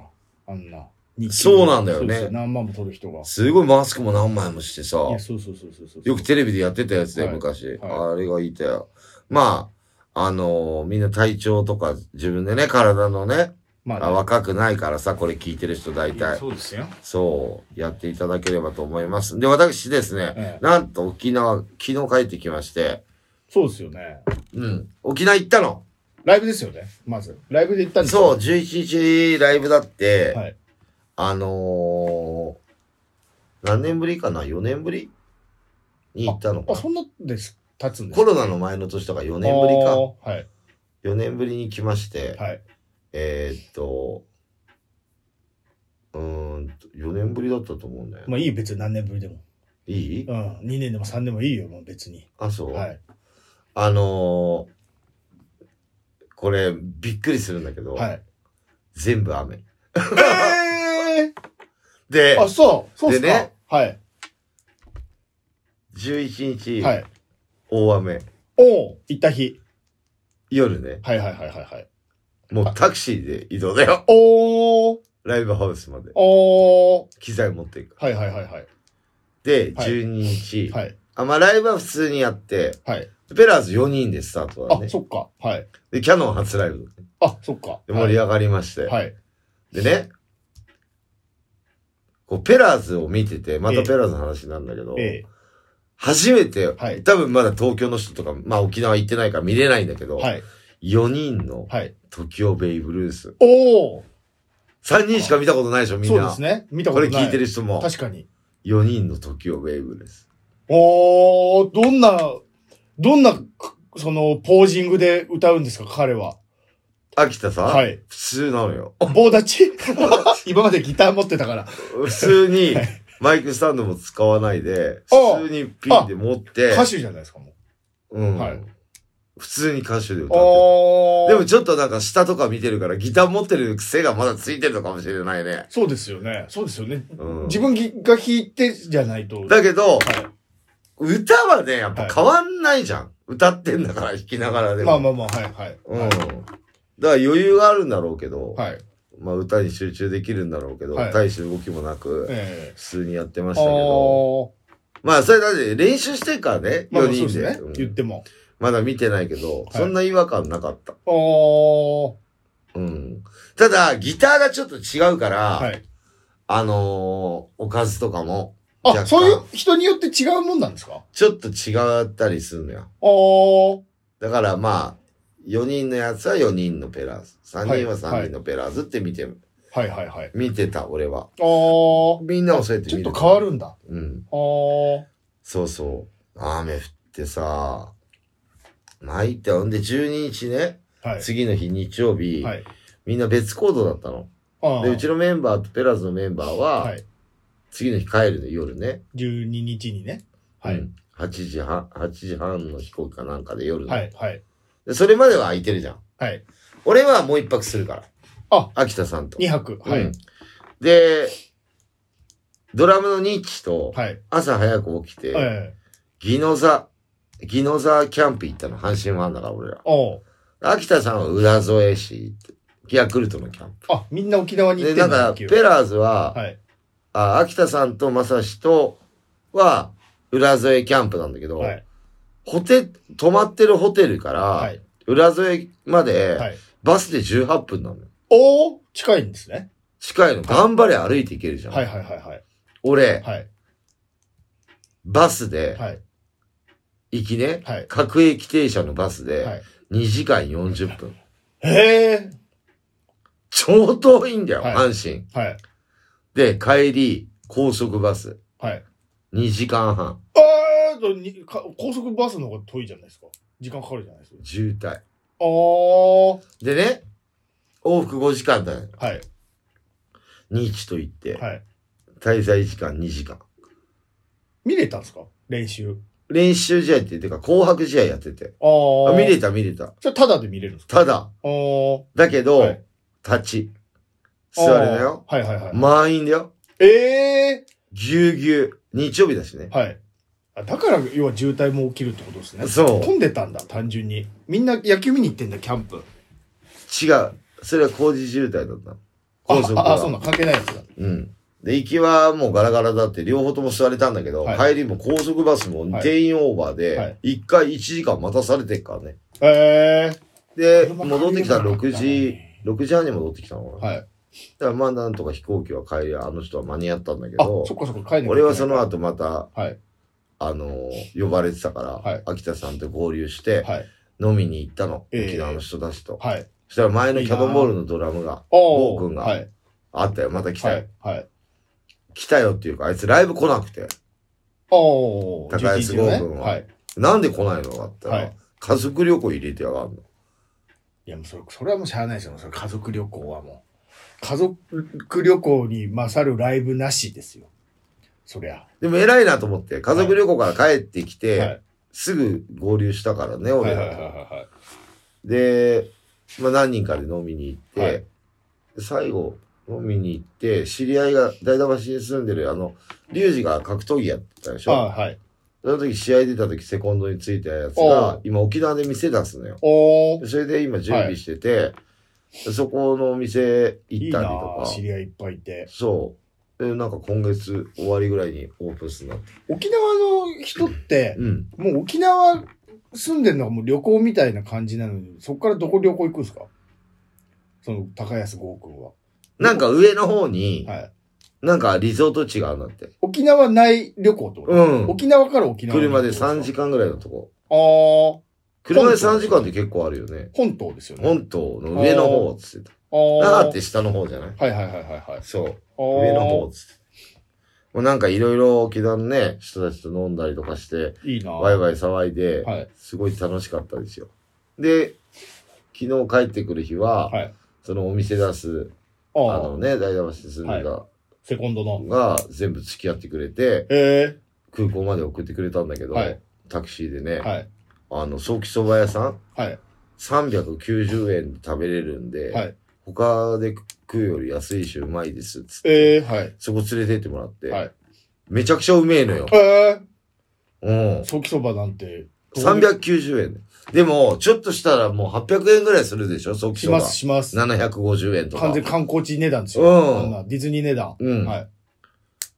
Speaker 2: あんな。日記
Speaker 1: そうなんだよね
Speaker 2: そうです何万も取る人が。
Speaker 1: すごいマスクも何枚もしてさ、
Speaker 2: いや、
Speaker 1: よ
Speaker 2: そうそうそうそうそう。
Speaker 1: くテレビでやってたやつだよ、
Speaker 2: はい
Speaker 1: 昔、
Speaker 2: は
Speaker 1: あれがいたよ。まあ、あのーみんな体調とか自分でね、体のね、
Speaker 2: ま
Speaker 1: あ若くないからさ、これ聞いてる人大
Speaker 2: いや
Speaker 1: 体。
Speaker 2: そうですよ。
Speaker 1: そう、やっていただければと思います。で、私ですね、
Speaker 2: ええ
Speaker 1: なんと沖縄、昨日帰ってきまして、
Speaker 2: そうですよね。
Speaker 1: うん、沖縄行ったの。
Speaker 2: ライブですよね。まず。ライブで行ったんです
Speaker 1: そう、11日ライブだって、
Speaker 2: はい
Speaker 1: あのー、何年ぶりかな ?4 年ぶりに行ったのか
Speaker 2: あ、そんなです。経つんです
Speaker 1: コ
Speaker 2: か
Speaker 1: ロナの前の年とか4年ぶりか。
Speaker 2: あーはい。
Speaker 1: 4年ぶりに来まして、
Speaker 2: はい。
Speaker 1: えー、っと、うーんと、4年ぶりだったと思うんだよ。
Speaker 2: まあいいよ、別に何年ぶりでも。
Speaker 1: いい
Speaker 2: うん。2年でも3年でもいいよ、もう別に。
Speaker 1: あ、そう、
Speaker 2: はい。
Speaker 1: あのー、これ、びっくりするんだけど、
Speaker 2: はい。
Speaker 1: 全部雨。
Speaker 2: え
Speaker 1: で
Speaker 2: ー、、あ、そう。そうっすか。
Speaker 1: でね
Speaker 2: はい。
Speaker 1: 11日、
Speaker 2: はい。
Speaker 1: 大雨。
Speaker 2: おう行った日。
Speaker 1: 夜ね、
Speaker 2: はいはいはいはいはい。
Speaker 1: もうタクシーで移動だよ。
Speaker 2: おー、
Speaker 1: ライブハウスまで。
Speaker 2: おー。
Speaker 1: 機材持っていく。
Speaker 2: はいはいはいはい。
Speaker 1: で、
Speaker 2: はい
Speaker 1: 12日。
Speaker 2: はい。
Speaker 1: あ、まあ、ライブは普通にやって、
Speaker 2: はい。
Speaker 1: ペラーズ4人でスタートだ
Speaker 2: あ、
Speaker 1: ね。
Speaker 2: そっか。はい。
Speaker 1: で、キャノン初ライブ。
Speaker 2: あ、そっか。
Speaker 1: で、盛り上がりまして。
Speaker 2: はい。
Speaker 1: でね、こう、ペラーズを見てて、ま
Speaker 2: え
Speaker 1: た
Speaker 2: え
Speaker 1: ペラーズの話なんだけど、
Speaker 2: え
Speaker 1: 初めて、
Speaker 2: はい
Speaker 1: 多分まだ東京の人とか、まあ沖縄行ってないから見れないんだけ
Speaker 2: え
Speaker 1: ど、
Speaker 2: はい。
Speaker 1: 4人の
Speaker 2: はい。
Speaker 1: 時をベイブルース。
Speaker 2: おー。
Speaker 1: 3人しか見たことないでしょ、みん
Speaker 2: そう
Speaker 1: な。
Speaker 2: ですね。見たこ
Speaker 1: こと
Speaker 2: な
Speaker 1: れ
Speaker 2: い。
Speaker 1: 聞いてる人も、
Speaker 2: 確かに。
Speaker 1: 4人の時をベイブルース。
Speaker 2: おー、どんな、どんな、くその、ポージングで歌うんですか、彼は。
Speaker 1: 秋田さん、
Speaker 2: はい。
Speaker 1: 普通なのよ。
Speaker 2: 棒立ち 今までギター持ってたから。
Speaker 1: 普通にマイクスタンドも使わないで、
Speaker 2: あ
Speaker 1: 普通にピンで持って、
Speaker 2: 歌手じゃないですか、も
Speaker 1: うん
Speaker 2: はい
Speaker 1: 普通に歌手で
Speaker 2: う。
Speaker 1: 歌って
Speaker 2: お
Speaker 1: た。
Speaker 2: ー。
Speaker 1: でも、ちょっとなんか下とか見てるからギター持ってる癖がまだついてるのかもしれないね。
Speaker 2: そうですよね。そうですよね。
Speaker 1: うん、
Speaker 2: 自分ぎが弾いてじゃないと。
Speaker 1: だけど、
Speaker 2: は
Speaker 1: 歌はね、やっぱ変わんないじゃん。歌ってんだから弾きながら
Speaker 2: い。
Speaker 1: でも。
Speaker 2: まあまあまあ、はいはい。
Speaker 1: うん。だから余裕があるんだろうけど、
Speaker 2: はい。
Speaker 1: まあ歌に集中できるんだろうけど、
Speaker 2: はい
Speaker 1: 大して動きもなく、
Speaker 2: ええ
Speaker 1: 普通にやってま
Speaker 2: あ
Speaker 1: したけど、
Speaker 2: ー
Speaker 1: まあそれだって練習してからね、
Speaker 2: まあま
Speaker 1: 4
Speaker 2: あそ
Speaker 1: 人
Speaker 2: うです
Speaker 1: で。
Speaker 2: ね
Speaker 1: うん。
Speaker 2: 言っても。
Speaker 1: まだ見てないけど、そんな違和感なかった。
Speaker 2: あー。
Speaker 1: うん。ただ、ギターがちょっと違うから、
Speaker 2: はい。
Speaker 1: あのーおかずとかも、若干
Speaker 2: あ、そういう人によって違うもんなんですか
Speaker 1: ちょっと違ったりするのよ。
Speaker 2: あー。
Speaker 1: だからまあ、4人のやつは4人のペラーズ。3人は3人のペラーズって見て、
Speaker 2: はいはいはい。
Speaker 1: 見てた、俺は。
Speaker 2: あー。
Speaker 1: みんなもそうやって
Speaker 2: ちょ
Speaker 1: 見
Speaker 2: って
Speaker 1: た。
Speaker 2: と変わるんだ。
Speaker 1: うん。
Speaker 2: あー。
Speaker 1: そうそう。雨降ってさ、泣いて、ほんで12日ね、
Speaker 2: はい。
Speaker 1: 次の日日曜日、
Speaker 2: はい。
Speaker 1: みんな別行動だったの。
Speaker 2: あ
Speaker 1: で、うちのメンバーとペラーズのメンバーは、
Speaker 2: はい。
Speaker 1: 次の日帰るの夜ね。
Speaker 2: 12日にね。は
Speaker 1: う
Speaker 2: い。
Speaker 1: ん。8時半、8時半の飛行機かなんかで夜の。
Speaker 2: はい。はい。
Speaker 1: でそれまでは空いてるじゃん。
Speaker 2: はい。
Speaker 1: 俺はもう一泊するから。
Speaker 2: あ
Speaker 1: 秋田さんと。
Speaker 2: 2泊。は
Speaker 1: う
Speaker 2: い
Speaker 1: ん。で、ドラムのニッチと、
Speaker 2: はい。
Speaker 1: 朝早く起きて、
Speaker 2: ええ。
Speaker 1: ギノザ、ギノザキャンプ行ったの。阪神ファンだから俺ら。
Speaker 2: おう
Speaker 1: 秋田さんは浦添市って、ヤクルトのキャンプ。
Speaker 2: あ、みんな沖縄に行っ
Speaker 1: で、
Speaker 2: て
Speaker 1: なんん
Speaker 2: だ
Speaker 1: か、
Speaker 2: 野球
Speaker 1: ペラーズは、
Speaker 2: はい。
Speaker 1: あ秋田さんと正志とは、浦添キャンプなんだけど、
Speaker 2: はい。
Speaker 1: ホテ、泊まってるホテルから、
Speaker 2: はい。
Speaker 1: 浦添ま
Speaker 2: は
Speaker 1: で、
Speaker 2: い。
Speaker 1: バスで18分なのよ。
Speaker 2: おー近いんですね。
Speaker 1: 近いの。頑張れ歩いていけるじゃん。
Speaker 2: はいはいはいはい。
Speaker 1: 俺、
Speaker 2: はい。
Speaker 1: バスで、
Speaker 2: はい。
Speaker 1: 行きね、
Speaker 2: はい
Speaker 1: 各駅停車のバス
Speaker 2: は
Speaker 1: で
Speaker 2: い、
Speaker 1: 2時間40分。
Speaker 2: へえ。
Speaker 1: 超遠いんだよ、
Speaker 2: はい
Speaker 1: 阪神。
Speaker 2: はい。
Speaker 1: で、帰り、高速バス、
Speaker 2: はい。
Speaker 1: 2時間半、
Speaker 2: あーとにか、高速バスの方が遠いじゃないですか。時間かかるじゃないですか。
Speaker 1: 渋滞。
Speaker 2: あー。
Speaker 1: でね、往復5時間だよ。
Speaker 2: はい。
Speaker 1: 日と行って、
Speaker 2: はい。
Speaker 1: 滞在時間2時間。
Speaker 2: 見れたんですか練習。
Speaker 1: 練習試合っていうか、紅白試合やってて。
Speaker 2: あー。
Speaker 1: あ見れた見れた。
Speaker 2: じゃあ、ただで見れるんですか
Speaker 1: ただ、
Speaker 2: あー。
Speaker 1: だけど、
Speaker 2: はい
Speaker 1: 立ち。座れだよ。
Speaker 2: あー。はいはいはい。
Speaker 1: 満員だよ。
Speaker 2: ええ
Speaker 1: ぎゅうぎゅう。日曜日だしね。
Speaker 2: はい。あだから、要は渋滞も起きるってことですね。
Speaker 1: そう
Speaker 2: 混んでたんだ、単純に。みんな野球見に行ってんだ、キャンプ。
Speaker 1: 違う。それは工事渋滞だったの。高速
Speaker 2: あ、あ、
Speaker 1: は。
Speaker 2: そうなん、関係ないやつだ。
Speaker 1: うん。で、行きはもうガラガラだって、両方とも座れたんだけど、
Speaker 2: は
Speaker 1: 帰りも高速バスも
Speaker 2: はい
Speaker 1: 定員オーバー
Speaker 2: はい
Speaker 1: で、一回1時間待たされてっからね。
Speaker 2: え
Speaker 1: で、
Speaker 2: 車
Speaker 1: 戻ってきたら6
Speaker 2: 帰れ
Speaker 1: 時、6時半に戻ってきたのか
Speaker 2: え
Speaker 1: な。
Speaker 2: はい。
Speaker 1: だからまあなんとか飛行機は帰り、あの人は間に合ったんだけ
Speaker 2: あ、
Speaker 1: ど
Speaker 2: そ、っかそっか、帰んなきゃいけない
Speaker 1: 俺はその。後また、
Speaker 2: はい。
Speaker 1: あの、呼ばれてたから、
Speaker 2: はい
Speaker 1: 秋田さんと合流して、
Speaker 2: はい。
Speaker 1: 飲みに行ったの。
Speaker 2: ええ
Speaker 1: 沖縄の人たちと。
Speaker 2: はい。
Speaker 1: そしたら前のキャノンボールのドラムが、
Speaker 2: お
Speaker 1: ゴー君が
Speaker 2: はい。
Speaker 1: あったよ。また来た
Speaker 2: は
Speaker 1: よ。
Speaker 2: い。はい。
Speaker 1: 来たよっていうか、あいつライブ来なくて。
Speaker 2: おー。
Speaker 1: 高安ゴー君は
Speaker 2: はい。
Speaker 1: なんで来ないのだったら、
Speaker 2: はい
Speaker 1: 家族旅行入れてやがんの。
Speaker 2: いや、もうそれ、それはもうしゃあないですよ。それ家族旅行はもう。家族旅行に勝るライブなしですよ。そりゃ。
Speaker 1: でも偉いなと思って、家族旅行から帰ってきて、
Speaker 2: はい
Speaker 1: すぐ合流したからね、
Speaker 2: はい
Speaker 1: 俺
Speaker 2: はい
Speaker 1: ら
Speaker 2: はいは
Speaker 1: で、まあ何人かで飲みに行って、
Speaker 2: はい
Speaker 1: で最後、飲みに行って、知り合いが大田橋に住んでる、あの、リュウジが格闘技やってたでし
Speaker 2: い。あ
Speaker 1: ょ。
Speaker 2: はい。
Speaker 1: その時試合出た時セコンドについたやつ
Speaker 2: お
Speaker 1: が
Speaker 2: う、
Speaker 1: 今沖縄で店出すのよ。
Speaker 2: おー。
Speaker 1: それで今準備してて、そこのお店
Speaker 2: い
Speaker 1: 行
Speaker 2: い
Speaker 1: った
Speaker 2: な
Speaker 1: りと
Speaker 2: ぁ
Speaker 1: か。
Speaker 2: 知り合いいっぱいいて。
Speaker 1: そう。で、なんか今月終わりぐらいにオープンするなって。
Speaker 2: 沖縄の人って、
Speaker 1: うん。
Speaker 2: もう沖縄住んでるのがもう旅行みたいな感じなのに、そこからどこ旅行行くんですかその高安剛君は。
Speaker 1: なんか上の方に、
Speaker 2: はい。
Speaker 1: なんかリゾート地があるんだって。
Speaker 2: 沖縄内旅行ってこと、
Speaker 1: うん。
Speaker 2: 沖縄から沖縄に
Speaker 1: 車で3時間ぐらいのとこ。
Speaker 2: あー、
Speaker 1: 車で3時間って結構あるよね。
Speaker 2: 本島ですよね。
Speaker 1: 本島の上の方っつって
Speaker 2: あ
Speaker 1: た。
Speaker 2: ー。
Speaker 1: なあって下の方じゃない
Speaker 2: はいはいはいはいはい。
Speaker 1: そう。
Speaker 2: あ
Speaker 1: 上の方
Speaker 2: ー
Speaker 1: っつってた。もうなんかいろいろ沖縄のね、人たちと飲んだりとかして、
Speaker 2: いいなぁ
Speaker 1: ワイワイ騒いで、
Speaker 2: はい。
Speaker 1: すごい楽しかったですよ。で、昨日帰ってくる日は、
Speaker 2: はい。
Speaker 1: そのお店出す、
Speaker 2: あ
Speaker 1: あ
Speaker 2: あ
Speaker 1: のね、大田橋に住んでた
Speaker 2: セコンドの。
Speaker 1: が全部付き合ってくれて、
Speaker 2: え
Speaker 1: 空港まで送ってくれたんだけど、
Speaker 2: はい
Speaker 1: タクシーでね、
Speaker 2: えはい。
Speaker 1: あの、早期そば屋さん、
Speaker 2: はい。
Speaker 1: 390円で食べれるんで、
Speaker 2: はい
Speaker 1: 他で食うより安いしうまいですっつって、
Speaker 2: ええはい。
Speaker 1: そこ連れてってもらって、
Speaker 2: はい
Speaker 1: めちゃくちゃうめえのよ。
Speaker 2: ええ
Speaker 1: うん。
Speaker 2: ソーキそばなんて。
Speaker 1: 390円。でも、ちょっとしたらもう800円ぐらいするでしょ早期
Speaker 2: し
Speaker 1: そば
Speaker 2: ま。す、します。
Speaker 1: 750円とか
Speaker 2: 完。全観光地値段ですよ。あん
Speaker 1: う
Speaker 2: なディズニー値段。
Speaker 1: ん。うん。
Speaker 2: はい。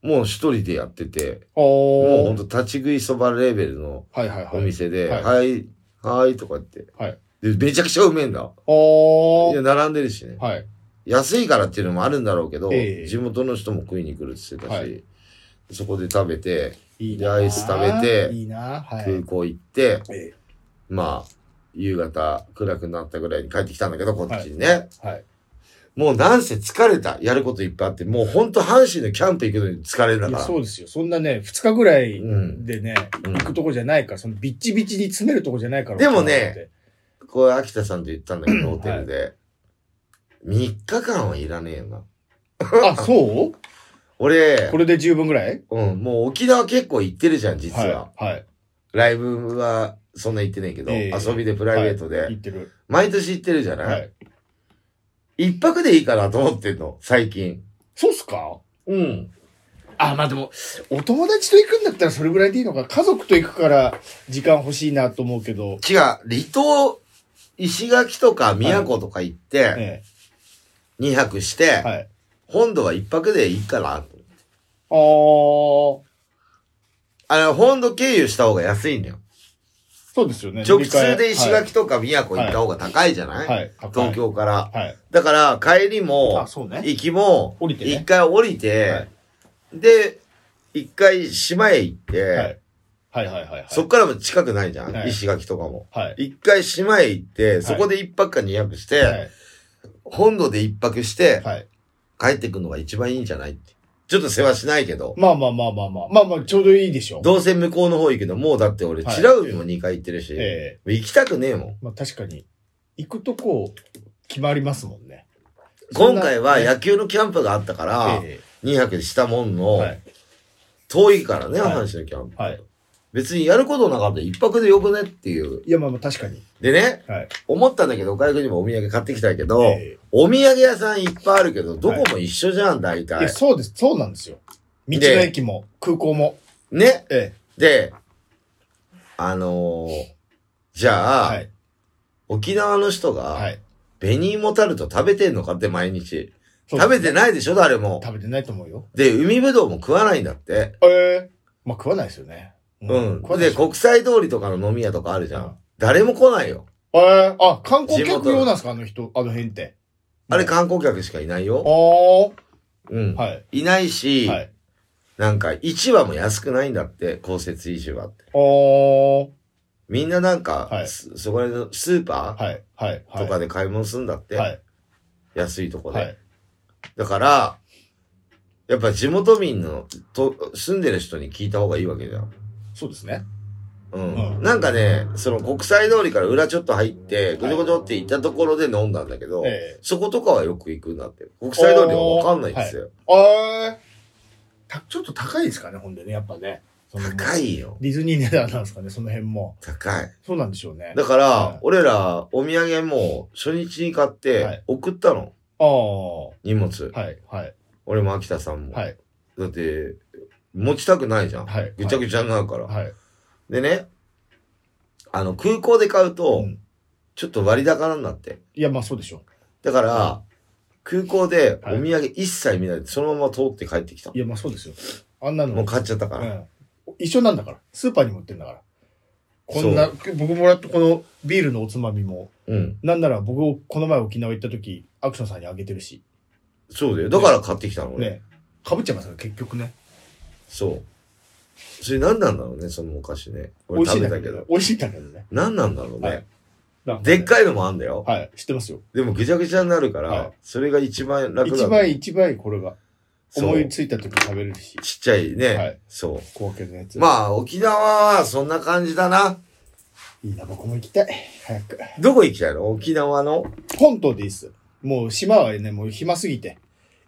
Speaker 1: もう一人でやってて、もうほ
Speaker 2: お
Speaker 1: ん
Speaker 2: ー。
Speaker 1: と立ち食いそばレベルの
Speaker 2: はいはいはい。
Speaker 1: お店で、
Speaker 2: はい
Speaker 1: はい、はーいとか言って。
Speaker 2: はい
Speaker 1: で、めちゃくちゃうめえんだ。
Speaker 2: お
Speaker 1: いや、
Speaker 2: ー。
Speaker 1: 並んでるしね。
Speaker 2: はい。
Speaker 1: 安いからっていうのもあるんだろうけど、
Speaker 2: ええ
Speaker 1: 地元の人も食いに来るって言ってたし、
Speaker 2: は
Speaker 1: そこで食べて、
Speaker 2: い
Speaker 1: でアイス食べて
Speaker 2: いいなはい。
Speaker 1: 空港行って、
Speaker 2: え
Speaker 1: まあ、夕方暗くなったぐらいに帰ってきたんだけど、こっちにね。
Speaker 2: えはい。
Speaker 1: もうなんせ疲れた。やることいっぱいあって、もうほんと阪神のキャンプ行くのに疲れるんだ
Speaker 2: い
Speaker 1: か
Speaker 2: や
Speaker 1: ら。
Speaker 2: そうですよ。そんなね、二日ぐらい
Speaker 1: うん。
Speaker 2: でね、
Speaker 1: うん
Speaker 2: 行くとこじゃないから、そのビッチビチに詰めるとこじゃないから。
Speaker 1: でもねこれ秋田さんと言ったんだけど、ホテルで。3日間はいらねえよな。
Speaker 2: 沖縄って。あ、そう
Speaker 1: 俺
Speaker 2: こ、れで十分ぐらい
Speaker 1: うん、もう沖縄結構行ってるじゃん、実は。
Speaker 2: はい。はい。
Speaker 1: ライブはそんな行ってないけど、
Speaker 2: ええ
Speaker 1: 遊びでプライベートで、
Speaker 2: 行ってる。
Speaker 1: 毎年行ってるじゃない、
Speaker 2: はい。
Speaker 1: 一泊でいいかなと思ってんの、最近。
Speaker 2: そうっすか
Speaker 1: うん。
Speaker 2: あ、まあでも、お友達と行くんだったらそれぐらいでいいのか。家族と行くから時間欲しいなと思うけど。
Speaker 1: 違う、離島、石垣とか宮古とか行って、
Speaker 2: え
Speaker 1: 2泊して、
Speaker 2: え。はい。
Speaker 1: 本土は一泊でいいかなと。
Speaker 2: あー。
Speaker 1: あれ、本土経由した方が安いんだよ。
Speaker 2: そうですよね。
Speaker 1: 直通で石
Speaker 2: 乗り換え
Speaker 1: 垣とか宮古行った方が高いじゃない、
Speaker 2: はい。はい
Speaker 1: 東。京から。
Speaker 2: はい。
Speaker 1: だから、帰りも
Speaker 2: あ、、そうね。
Speaker 1: 行きも、
Speaker 2: 降りてね
Speaker 1: 一回降りて、
Speaker 2: はい
Speaker 1: で、一回島へ行って、
Speaker 2: はい。はいはいはいはい。
Speaker 1: そっからも近くないじゃん、
Speaker 2: はい
Speaker 1: 石垣とかも。
Speaker 2: はい。
Speaker 1: 一回島へ行って、そこで一泊か二泊して、
Speaker 2: はい。
Speaker 1: 本土で一泊して、
Speaker 2: はい。
Speaker 1: 帰ってくるのが一番いいんじゃないって。ちょっと世話しないけど。
Speaker 2: まあまあまあまあまあ。まあまあ、ちょうどいいでしょう。
Speaker 1: どうせ向こうの方行くけど、もうだって俺、
Speaker 2: はい
Speaker 1: 美ら海も二回行ってるし、
Speaker 2: え
Speaker 1: 行きたくねえもん。
Speaker 2: えまあ確かに、行くとこ、決まりますもんね。
Speaker 1: 今回は
Speaker 2: や
Speaker 1: 野球のキャンプがあったから、
Speaker 2: え
Speaker 1: 二泊したもん
Speaker 2: え
Speaker 1: の、
Speaker 2: はい。
Speaker 1: 遠いからね、
Speaker 2: はい
Speaker 1: 阪神のキャンプ。
Speaker 2: はい
Speaker 1: 別にやることなかったら一泊でよくねっていう。
Speaker 2: いや、まあまあ確かに。
Speaker 1: でね、
Speaker 2: はい。
Speaker 1: 思ったんだけど、外国にもお土産買ってきたけど、
Speaker 2: え
Speaker 1: お土産屋さんいっぱいあるけど、どこも一緒じゃん、大
Speaker 2: ーいや、
Speaker 1: 体。
Speaker 2: そうです。そうなんですよ。道の
Speaker 1: で
Speaker 2: 駅も、空港も。
Speaker 1: ね。
Speaker 2: え
Speaker 1: で、あのーじ
Speaker 2: え
Speaker 1: ゃあ、
Speaker 2: はい。
Speaker 1: 沖縄の人
Speaker 2: は
Speaker 1: が、
Speaker 2: い。
Speaker 1: 紅芋タルト食べてんのかって毎日。
Speaker 2: そう
Speaker 1: 食べてないでしょ、誰も。
Speaker 2: 食べてないと思うよ。
Speaker 1: で、海ぶどうも食わないんだって。
Speaker 2: ええまあ食わないですよね。
Speaker 1: うん。
Speaker 2: 食わない
Speaker 1: で、
Speaker 2: すよ
Speaker 1: 国際通りとかの飲み屋とかあるじゃ
Speaker 2: うんん。
Speaker 1: 誰も来ないよ。
Speaker 2: ええあ、観光
Speaker 1: 地
Speaker 2: 客
Speaker 1: 元
Speaker 2: 用なんですかあの人、あの辺って。
Speaker 1: あれ観光客しかいない
Speaker 2: あ
Speaker 1: よ。
Speaker 2: あ、
Speaker 1: うん。
Speaker 2: はい。
Speaker 1: いないし、
Speaker 2: はい。
Speaker 1: なんか、市場も安くないんだって、公設市場って。
Speaker 2: ああ、はい。
Speaker 1: みんななんか、
Speaker 2: はい
Speaker 1: すそこら辺のスーパ
Speaker 2: はい。はい。
Speaker 1: ーとかで買い物するんだって。
Speaker 2: はい。
Speaker 1: 安いとこで。
Speaker 2: はい。
Speaker 1: だから、やっぱ地元民のと住んでる人に聞いた方がいいわけじゃん。
Speaker 2: そうですね。
Speaker 1: うん。
Speaker 2: うん
Speaker 1: なんかね、その国際通りから裏ちょっと入って、ごちょごちょって行ったところで飲んだんだけど、
Speaker 2: ええ
Speaker 1: そことかはよく行くんだって。国際通りはわかんないんですよ。
Speaker 2: ああ、たちょっと高いですかね、ほんでね、やっぱね。その
Speaker 1: 高いよ。
Speaker 2: ディズニー値段なんですかね、その辺も。
Speaker 1: 高い。
Speaker 2: そうなんでしょうね。
Speaker 1: だから、
Speaker 2: はい
Speaker 1: 俺らお土産も初日に買っ
Speaker 2: は
Speaker 1: て
Speaker 2: い
Speaker 1: 送ったの。
Speaker 2: ああ、は
Speaker 1: 荷物。
Speaker 2: い、はい、
Speaker 1: 俺も秋田さんも。
Speaker 2: はい、
Speaker 1: だって、持ちたくないじゃん。
Speaker 2: はい
Speaker 1: ぐちゃぐちゃになるから。
Speaker 2: はい。
Speaker 1: でね、あの、空港で買うと、
Speaker 2: うん
Speaker 1: ちょっと割高なんだって。
Speaker 2: いや、まあそうでしょ
Speaker 1: だから、空港でお
Speaker 2: はい
Speaker 1: 土産一切見ないで、そのまま通って帰ってきた
Speaker 2: う。い。や、まあそうですよ。あんなの。
Speaker 1: もう買っちゃったから。
Speaker 2: うん、一緒なんだから。スーパーにも売ってんだから。こんな、僕もらったこのビールのおつまみも、
Speaker 1: うん。
Speaker 2: なんなら僕、この前沖縄行った時、アクションさんにあげてるし。
Speaker 1: そうだよ。だから買ってきたの、俺。
Speaker 2: ね。かぶっちゃいますよ、結局ね。
Speaker 1: そう。それ何なんだろうね、そのお菓子ね。
Speaker 2: 美
Speaker 1: 俺
Speaker 2: 味しい
Speaker 1: 食
Speaker 2: ん
Speaker 1: べ
Speaker 2: だ
Speaker 1: た
Speaker 2: け
Speaker 1: け
Speaker 2: どね
Speaker 1: ど。。
Speaker 2: 美味しいんだけどね。
Speaker 1: 何なんだろうね。
Speaker 2: はいなんかね
Speaker 1: でっかいのもあんだよ。
Speaker 2: はい、知ってますよ。
Speaker 1: でもぐちゃぐちゃになるから、
Speaker 2: はい
Speaker 1: それが一番楽だ
Speaker 2: 一
Speaker 1: と
Speaker 2: 倍一倍これが。
Speaker 1: そう
Speaker 2: 思いついた時食べれるし。
Speaker 1: ちっちゃいね。
Speaker 2: はい
Speaker 1: そ
Speaker 2: 小分けのやつ。
Speaker 1: う。まあ、沖縄はそんな感じだな。
Speaker 2: いいな、僕も行きたい。早く。
Speaker 1: どこ行きたいの沖縄の
Speaker 2: 本島でいいっす。もう島はね、もう暇すぎて。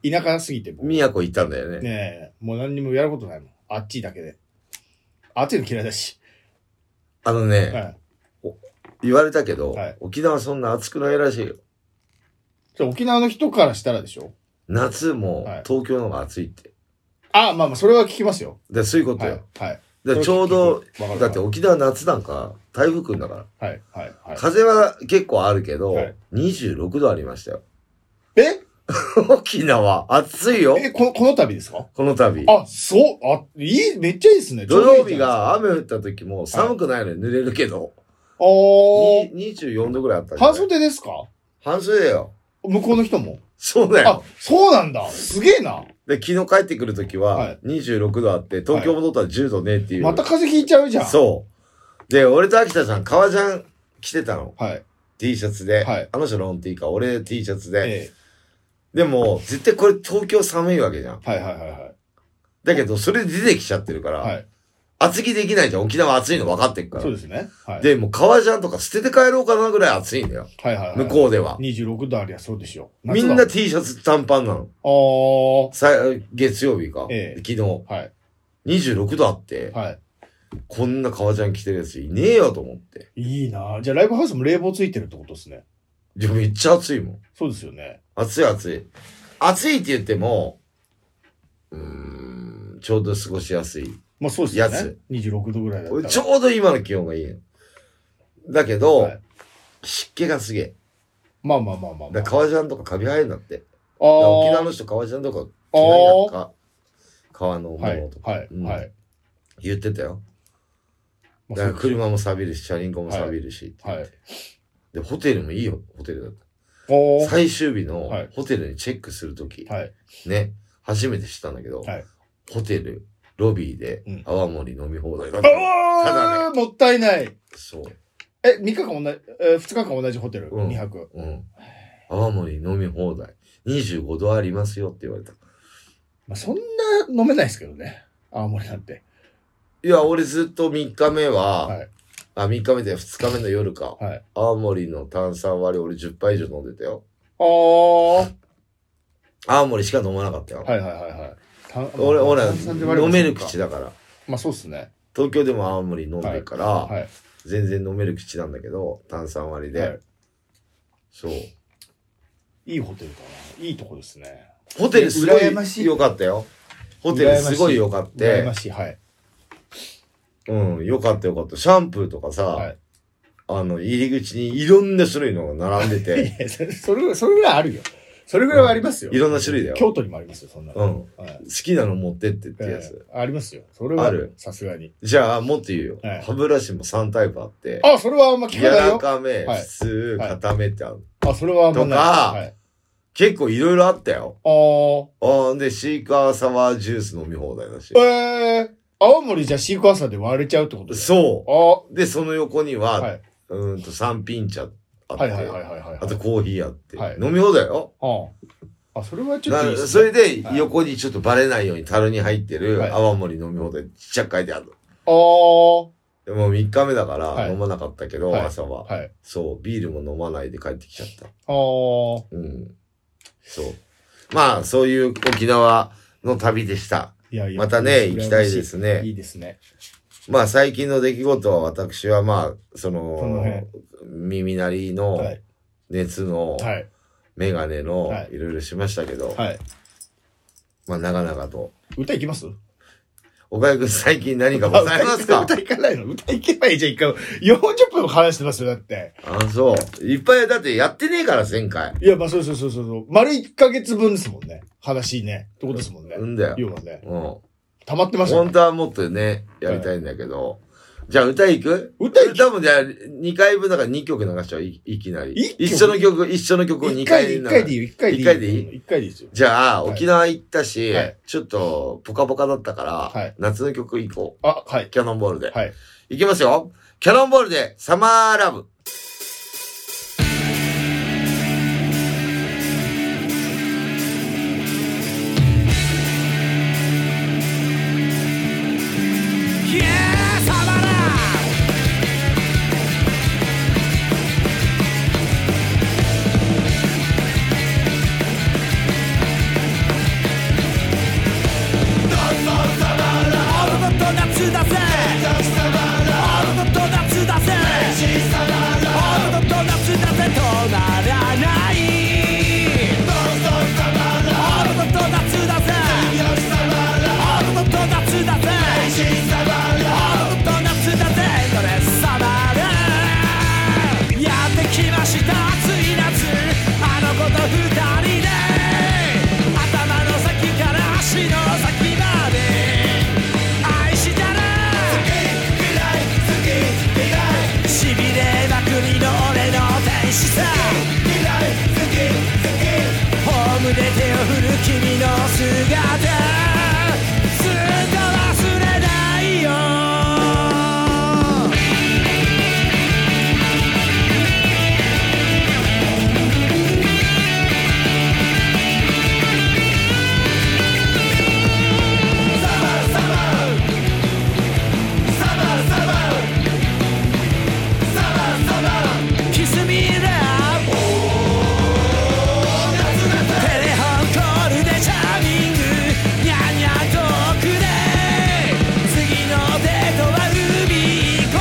Speaker 2: 田舎すぎて。僕ね
Speaker 1: 宮古行ったんだよね。
Speaker 2: え、もう何にもやることないもん。あっちだけで。あっちの嫌いだし。
Speaker 1: あのね、
Speaker 2: はい。
Speaker 1: 言われたけど、
Speaker 2: はい
Speaker 1: 沖縄そんな暑くないらしいよ。
Speaker 2: それ沖縄の人からしたらでしょ
Speaker 1: 夏も
Speaker 2: はい
Speaker 1: 東京の方が暑いって。
Speaker 2: ああ、まあまあ、それは聞きますよ。
Speaker 1: でそういうこと
Speaker 2: はい。
Speaker 1: よ。
Speaker 2: はい。
Speaker 1: だからちょう
Speaker 2: わ
Speaker 1: ど、
Speaker 2: かる
Speaker 1: だって
Speaker 2: はい、
Speaker 1: 沖縄夏なんか台風来んだから。
Speaker 2: はい、はい。
Speaker 1: 風は結構あるけど、
Speaker 2: はい
Speaker 1: 26度ありましたよ。
Speaker 2: え
Speaker 1: 沖縄暑いよ。
Speaker 2: え、この、この度ですか
Speaker 1: この度。
Speaker 2: あ、そう、あ、いい、めっちゃいいですね。
Speaker 1: 土曜日
Speaker 2: ちょうどいいじゃない
Speaker 1: が雨降った時も寒くないのに濡れるけど、
Speaker 2: で
Speaker 1: に24度ぐらいあった
Speaker 2: す
Speaker 1: んじゃな
Speaker 2: か。ああ、
Speaker 1: い
Speaker 2: 半袖ですか
Speaker 1: 半袖だよ。
Speaker 2: 向こうの人も。
Speaker 1: そうだ
Speaker 2: あ
Speaker 1: よ。、
Speaker 2: そうなんだ。すげえな。
Speaker 1: で、昨日帰ってくるとき
Speaker 2: は
Speaker 1: はい26度あって、東京戻ったら10度ねっていう。
Speaker 2: また風邪ひいちゃうじゃん。
Speaker 1: そう。で、俺と秋田さん、革ジャン着てたの。
Speaker 2: はい。
Speaker 1: T シャツで。
Speaker 2: はい
Speaker 1: あの人ロン T か、俺 T シャツで。
Speaker 2: え
Speaker 1: でも、絶対これ東京寒いわけじゃん。
Speaker 2: え。はいはいはいはい。
Speaker 1: だけど、それで出てきちゃってるから、
Speaker 2: はい。
Speaker 1: 厚着できないじゃん。沖縄暑いの分かってるから。
Speaker 2: そうですね。はい。
Speaker 1: でもう革ジャンとか捨てて帰ろうかなぐらい暑いんだよ。
Speaker 2: はいはいはい。
Speaker 1: 向こうでは。
Speaker 2: 26度ありゃそうでしょう。
Speaker 1: みん
Speaker 2: 夏だ
Speaker 1: な T シャツ短パンなの。
Speaker 2: あー。
Speaker 1: さ月曜日か、
Speaker 2: ええ
Speaker 1: 昨日。
Speaker 2: はい。
Speaker 1: 26度あって、
Speaker 2: は
Speaker 1: こんな革ジャン着てるやついねえよと思って。
Speaker 2: い。いいなじゃあライブハウスも冷房ついてるってことですね。
Speaker 1: でもめっちゃ暑いもん。
Speaker 2: そうですよね。
Speaker 1: 暑い暑い。暑いって言っても、うーん、ちょうど過ごしやすい。
Speaker 2: まあそうですよ
Speaker 1: や
Speaker 2: ね
Speaker 1: つ。
Speaker 2: 26度ぐらいだったら。
Speaker 1: ちょうど今の気温がいいのだけど、
Speaker 2: はい
Speaker 1: 湿気がすげえ。
Speaker 2: まあまあまあまあまあ。
Speaker 1: だから革ジャンとかカビ生えるんだって。だか
Speaker 2: あ
Speaker 1: ら沖
Speaker 2: ー
Speaker 1: 縄の人革ジャンとか着ないだとか、革のも
Speaker 2: はい
Speaker 1: のとか
Speaker 2: はい
Speaker 1: うん
Speaker 2: はい。
Speaker 1: 言ってたよ。
Speaker 2: まあ
Speaker 1: だか
Speaker 2: そう
Speaker 1: ら車も錆びるし、車輪ンコも錆びるしって言って、
Speaker 2: はい。
Speaker 1: で、ホテルもいいよ、ホテルだった。
Speaker 2: おー。
Speaker 1: 最終日の
Speaker 2: はい
Speaker 1: ホテルにチェックするとき、
Speaker 2: はい。
Speaker 1: ね、初めて知ったんだけど、
Speaker 2: はい
Speaker 1: ホテル、ロビーで
Speaker 2: うん
Speaker 1: 泡盛飲み放題だった。た
Speaker 2: あ
Speaker 1: だ
Speaker 2: ーもったいない。
Speaker 1: そう。
Speaker 2: え、3日間同じ、えー、2日間同じホテル、
Speaker 1: うん
Speaker 2: 2泊。
Speaker 1: うん。泡盛飲み放題。25度ありますよって言われた。
Speaker 2: まあ、そんな飲めないですけどね。青森なんて。
Speaker 1: いや、俺ずっと3日目は、
Speaker 2: はい
Speaker 1: あ、3日目で2日目の夜か。
Speaker 2: はい。
Speaker 1: 泡盛の炭酸割り俺10杯以上飲んでたよ。
Speaker 2: あー。はい
Speaker 1: 泡盛しか飲まなかったよ。
Speaker 2: はいはいはい。た
Speaker 1: 俺、俺、
Speaker 2: 炭酸で割れば
Speaker 1: 飲める
Speaker 2: そうか
Speaker 1: 口だから。
Speaker 2: まあそうっすね。
Speaker 1: 東京でも青森飲んでから、
Speaker 2: はい。
Speaker 1: 全然飲める口なんだけど、炭酸割りで。
Speaker 2: はい
Speaker 1: そう。
Speaker 2: いいホテルかな。いいとこですね。
Speaker 1: ホテルすご
Speaker 2: 羨ましい
Speaker 1: い良かったよ。ホテルすごい良かっ
Speaker 2: 羨ま
Speaker 1: た。
Speaker 2: しい。はい。
Speaker 1: うん、良かった良かった。シャンプーとかさ、
Speaker 2: はい。
Speaker 1: あの、入り口にいろんな種類のが並んで て、
Speaker 2: いやそれ、それそれぐらいあるよ。それぐらいはありますよ。
Speaker 1: いろんな種類だよ
Speaker 2: 京都にもありますよ、そんな
Speaker 1: う
Speaker 2: の。
Speaker 1: ん。好
Speaker 2: はい。
Speaker 1: きなの持ってってってやつ。
Speaker 2: ええありますよ。それは
Speaker 1: ある
Speaker 2: さすがに。
Speaker 1: じゃあ、もっと言うよ。
Speaker 2: はい
Speaker 1: 歯ブラシも3タイプあって、
Speaker 2: あ、それはあんま聞
Speaker 1: 柔
Speaker 2: かない
Speaker 1: ら
Speaker 2: よ。
Speaker 1: かめ、
Speaker 2: はい
Speaker 1: 普通、
Speaker 2: はい
Speaker 1: 固めってある。
Speaker 2: あ、それはあんまない。
Speaker 1: とか
Speaker 2: はい、
Speaker 1: 結構いろいろあったよ。
Speaker 2: あー
Speaker 1: あーで、シーカーサワージュース飲み放題だし。
Speaker 2: えー、青森じゃシークワーサーで割れちゃうってこと
Speaker 1: そ
Speaker 2: あ
Speaker 1: う。で、その横には、
Speaker 2: あ、はい。
Speaker 1: うーんと三品茶あって、
Speaker 2: はいはいはいはいはい。
Speaker 1: あとコーヒーあって、
Speaker 2: はい
Speaker 1: 飲み放題よ。
Speaker 2: ああ、あそれはちょっ
Speaker 1: な
Speaker 2: といいです
Speaker 1: そ
Speaker 2: ね。
Speaker 1: れで
Speaker 2: はい
Speaker 1: 横にちょっとバレないように樽に入ってる
Speaker 2: はい
Speaker 1: 泡盛飲み放題ちっちゃく書いてあるの。
Speaker 2: ああ、は
Speaker 1: でも3日目だか
Speaker 2: は
Speaker 1: ら
Speaker 2: い
Speaker 1: 飲まなかったけど、
Speaker 2: はい
Speaker 1: 朝は、
Speaker 2: い。
Speaker 1: そう、ビールも飲まないで帰ってきちゃった。
Speaker 2: ああ、
Speaker 1: うん。そう。まあ、そういう沖縄の旅でした。
Speaker 2: いやいや。
Speaker 1: またね、行きたいで
Speaker 2: ね。
Speaker 1: すね。
Speaker 2: いいですね。
Speaker 1: まあ最近の出来事は私はまあ、そ
Speaker 2: その辺
Speaker 1: の、耳鳴りの
Speaker 2: はい。
Speaker 1: 熱の
Speaker 2: はい。
Speaker 1: メガネの
Speaker 2: はい
Speaker 1: いろいろしましたけど、
Speaker 2: はい。
Speaker 1: まあ長々と。
Speaker 2: 歌いきます
Speaker 1: 岡井くん最近何かございます
Speaker 2: あ
Speaker 1: か
Speaker 2: 歌いかないの歌いけばいいじゃん、一回。40分も話してますよ、だって。
Speaker 1: あ、そう。いっぱいだってやってねえから前回。
Speaker 2: いや、まあそうそうそうそうそう。丸1ヶ月分ですもんね。話ね。ってことですもんね。
Speaker 1: うんだよ。
Speaker 2: 要はね。
Speaker 1: うん。
Speaker 2: 溜まってましたね
Speaker 1: 本。当はもっとね、やりたいんだけど。じゃあ歌いく
Speaker 2: 歌いき
Speaker 1: 多分じゃあ2回分だから2曲流しちゃう。いいきなり。
Speaker 2: 一曲
Speaker 1: 一緒の曲、一緒の曲を2
Speaker 2: 一
Speaker 1: 回
Speaker 2: 回
Speaker 1: 流
Speaker 2: で、
Speaker 1: す
Speaker 2: 一回でいいよ、一回でいい。
Speaker 1: 一回でいい
Speaker 2: うん一回でいいですよ。
Speaker 1: じゃあ、
Speaker 2: はい
Speaker 1: 沖縄行ったし、
Speaker 2: はい
Speaker 1: ちょっと、ポカポカだったから、
Speaker 2: はい
Speaker 1: 夏の曲行こ。。
Speaker 2: あ、はいう
Speaker 1: キャノンボールで。
Speaker 2: はい。
Speaker 1: い、きますよ。キャノンボールで、サマーラブ。
Speaker 3: イエーサマラオールドと夏だぜオールドと夏だぜオールドと夏だぜ止まらないオールドと夏だぜ「オールドと夏だぜ」「オールドと夏だぜ」「ドレスサマーで」「やってきました暑い夏」「あの子と二人で」「頭の先から足の先まで」「愛したら」「好き好き好き」「しびれまくりの俺の天使さ」ホームで手を振る君の姿ずっと忘れないよサバサバサバサバサバサバキスミラーテレホンコールでチャーミングニャンニャントークで次のデートは海行こ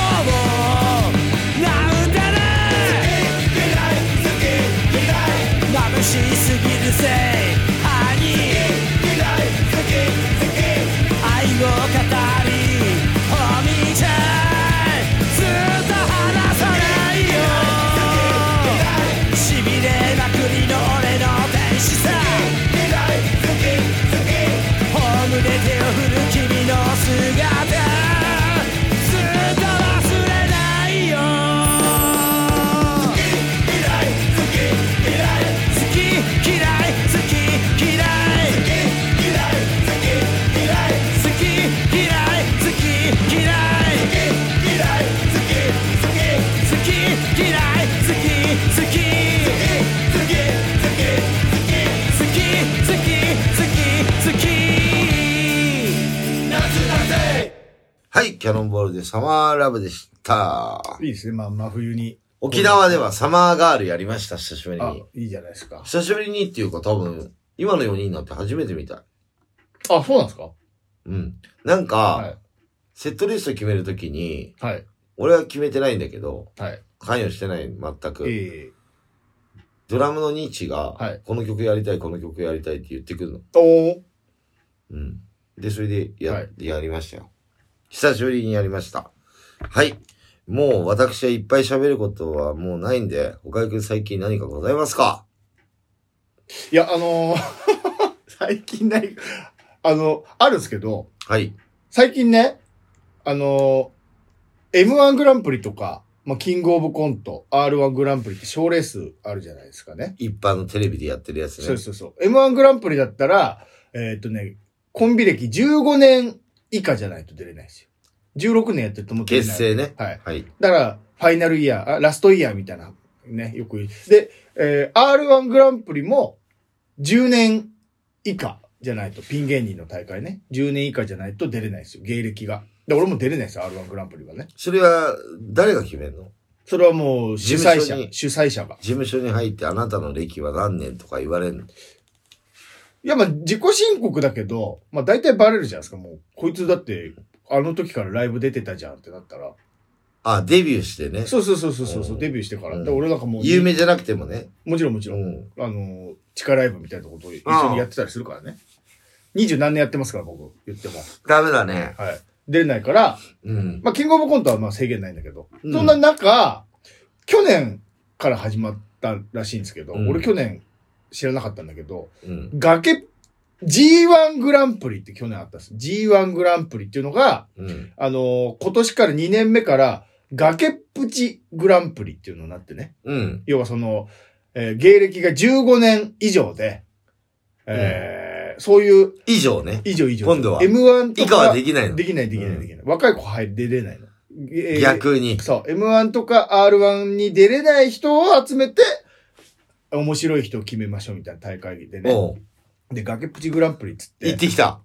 Speaker 3: うなんだな眩しすぎるぜハニー愛を語りおみちゃんずっと離さないよしびれまくりの俺の天使さホームで手を振る君の姿ずっと忘れないよ好き嫌い好き嫌い好き嫌い好き嫌い好き嫌い好き嫌い好き好き好き好き好き好き好き好き
Speaker 1: はい、キャノンボールでサマーラブでした。
Speaker 2: いいですね。まあ、真冬に。
Speaker 1: 沖縄ではサマーガールやりました、久しぶり
Speaker 2: あ
Speaker 1: に。、
Speaker 2: いいじゃないですか。
Speaker 1: 久しぶりにっていうか多分、今の4人になって初めてみたい。
Speaker 2: あ、そうなんですか
Speaker 1: うん。なんか、
Speaker 2: はい。
Speaker 1: セットリスト決めるときに、
Speaker 2: はい。
Speaker 1: 俺は決めてないんだけど、
Speaker 2: はい。
Speaker 1: 関与してない、全く。
Speaker 2: ええ
Speaker 1: ドラムのニーチが、
Speaker 2: はい
Speaker 1: この曲やりたい、この曲やりたいって言ってくるの。
Speaker 2: おお。
Speaker 1: うん。で、それでや、
Speaker 2: はい
Speaker 1: やりましたよ。久しぶりにやりました。はい。もう私はいっぱい喋ることはもうないんで、岡井くん最近何かございますか
Speaker 2: いや、あのー 最近ない、あの、あるんですけど、
Speaker 1: はい。
Speaker 2: 最近ね、あのー、M1 グランプリとか、まあ、キングオブコント、R1 グランプリって賞レースあるじゃないですかね。
Speaker 1: 一般のテレビでやってるやつね。
Speaker 2: そうそうそう。M1 グランプリだったら、えーっ、とね、コンビ歴15年以下じゃないと出れないんですよ。16年やってると思って
Speaker 1: 結成ね。
Speaker 2: はい。
Speaker 1: はい。
Speaker 2: だから、ファイナルイヤー、あラストイヤーみたいな、ね、よく言う。で、えー R1 グランプリも、10年以下じゃないと、ピン芸人の大会ね。10年以下じゃないと出れないですよ、芸歴が。で、俺も出れないですよ、R1 グランプリはね。
Speaker 1: それは、誰が決めるの
Speaker 2: それはもう、主
Speaker 1: 事
Speaker 2: 催者
Speaker 1: 務所、に
Speaker 2: 主催者が。
Speaker 1: 事務所に入ってあなたの歴は何年とか言われんの
Speaker 2: いや、まあ、自己申告だけど、まあ、大体バレるじゃないですか、もう。こいつだって、あの時からライブ出てたじゃんってなったら。
Speaker 1: あ、デビューしてね。
Speaker 2: そうそうそうそうそうそうう、
Speaker 1: ん
Speaker 2: デビューしてから。
Speaker 1: うん
Speaker 2: で俺なんかもう、
Speaker 1: 有名じゃなくてもね。
Speaker 2: もちろんもち
Speaker 1: う
Speaker 2: ろん。
Speaker 1: ん。
Speaker 2: あの、地下ライブみたいなことを一緒にやってたりするからね。二十何年やってますから、僕、言っても。
Speaker 1: ダメだね。
Speaker 2: はい。出れないから、
Speaker 1: うん。
Speaker 2: まあ、キングオブコントはまあ制限ないんだけど、
Speaker 1: うん
Speaker 2: そんな中、去年から始まったらしいんですけど、
Speaker 1: うん
Speaker 2: 俺去年知らなかったんだけど、
Speaker 1: うん。
Speaker 2: 崖、G1 グランプリって去年あったんです。G1 グランプリっていうのが、
Speaker 1: うん。
Speaker 2: あの今年から2年目から、崖っぷちグランプリっていうのになってね。
Speaker 1: うん。
Speaker 2: 要はその、えー芸歴が15年以上で、えーそういう、
Speaker 1: 以上ね。
Speaker 2: 以上以上。
Speaker 1: 今度は
Speaker 2: M1
Speaker 1: 以
Speaker 2: と
Speaker 1: 下は
Speaker 2: か、
Speaker 1: できないの。
Speaker 2: できないできない
Speaker 1: うん
Speaker 2: できない。若い子入れれないの。えー
Speaker 1: 逆に。
Speaker 2: そう、M1 とか R1 に出れない人を集めて、面白い人を決めましょうみたいな大会でね。
Speaker 1: も
Speaker 2: で、崖っぷちグランプリっつっ、
Speaker 1: う、行っててきた。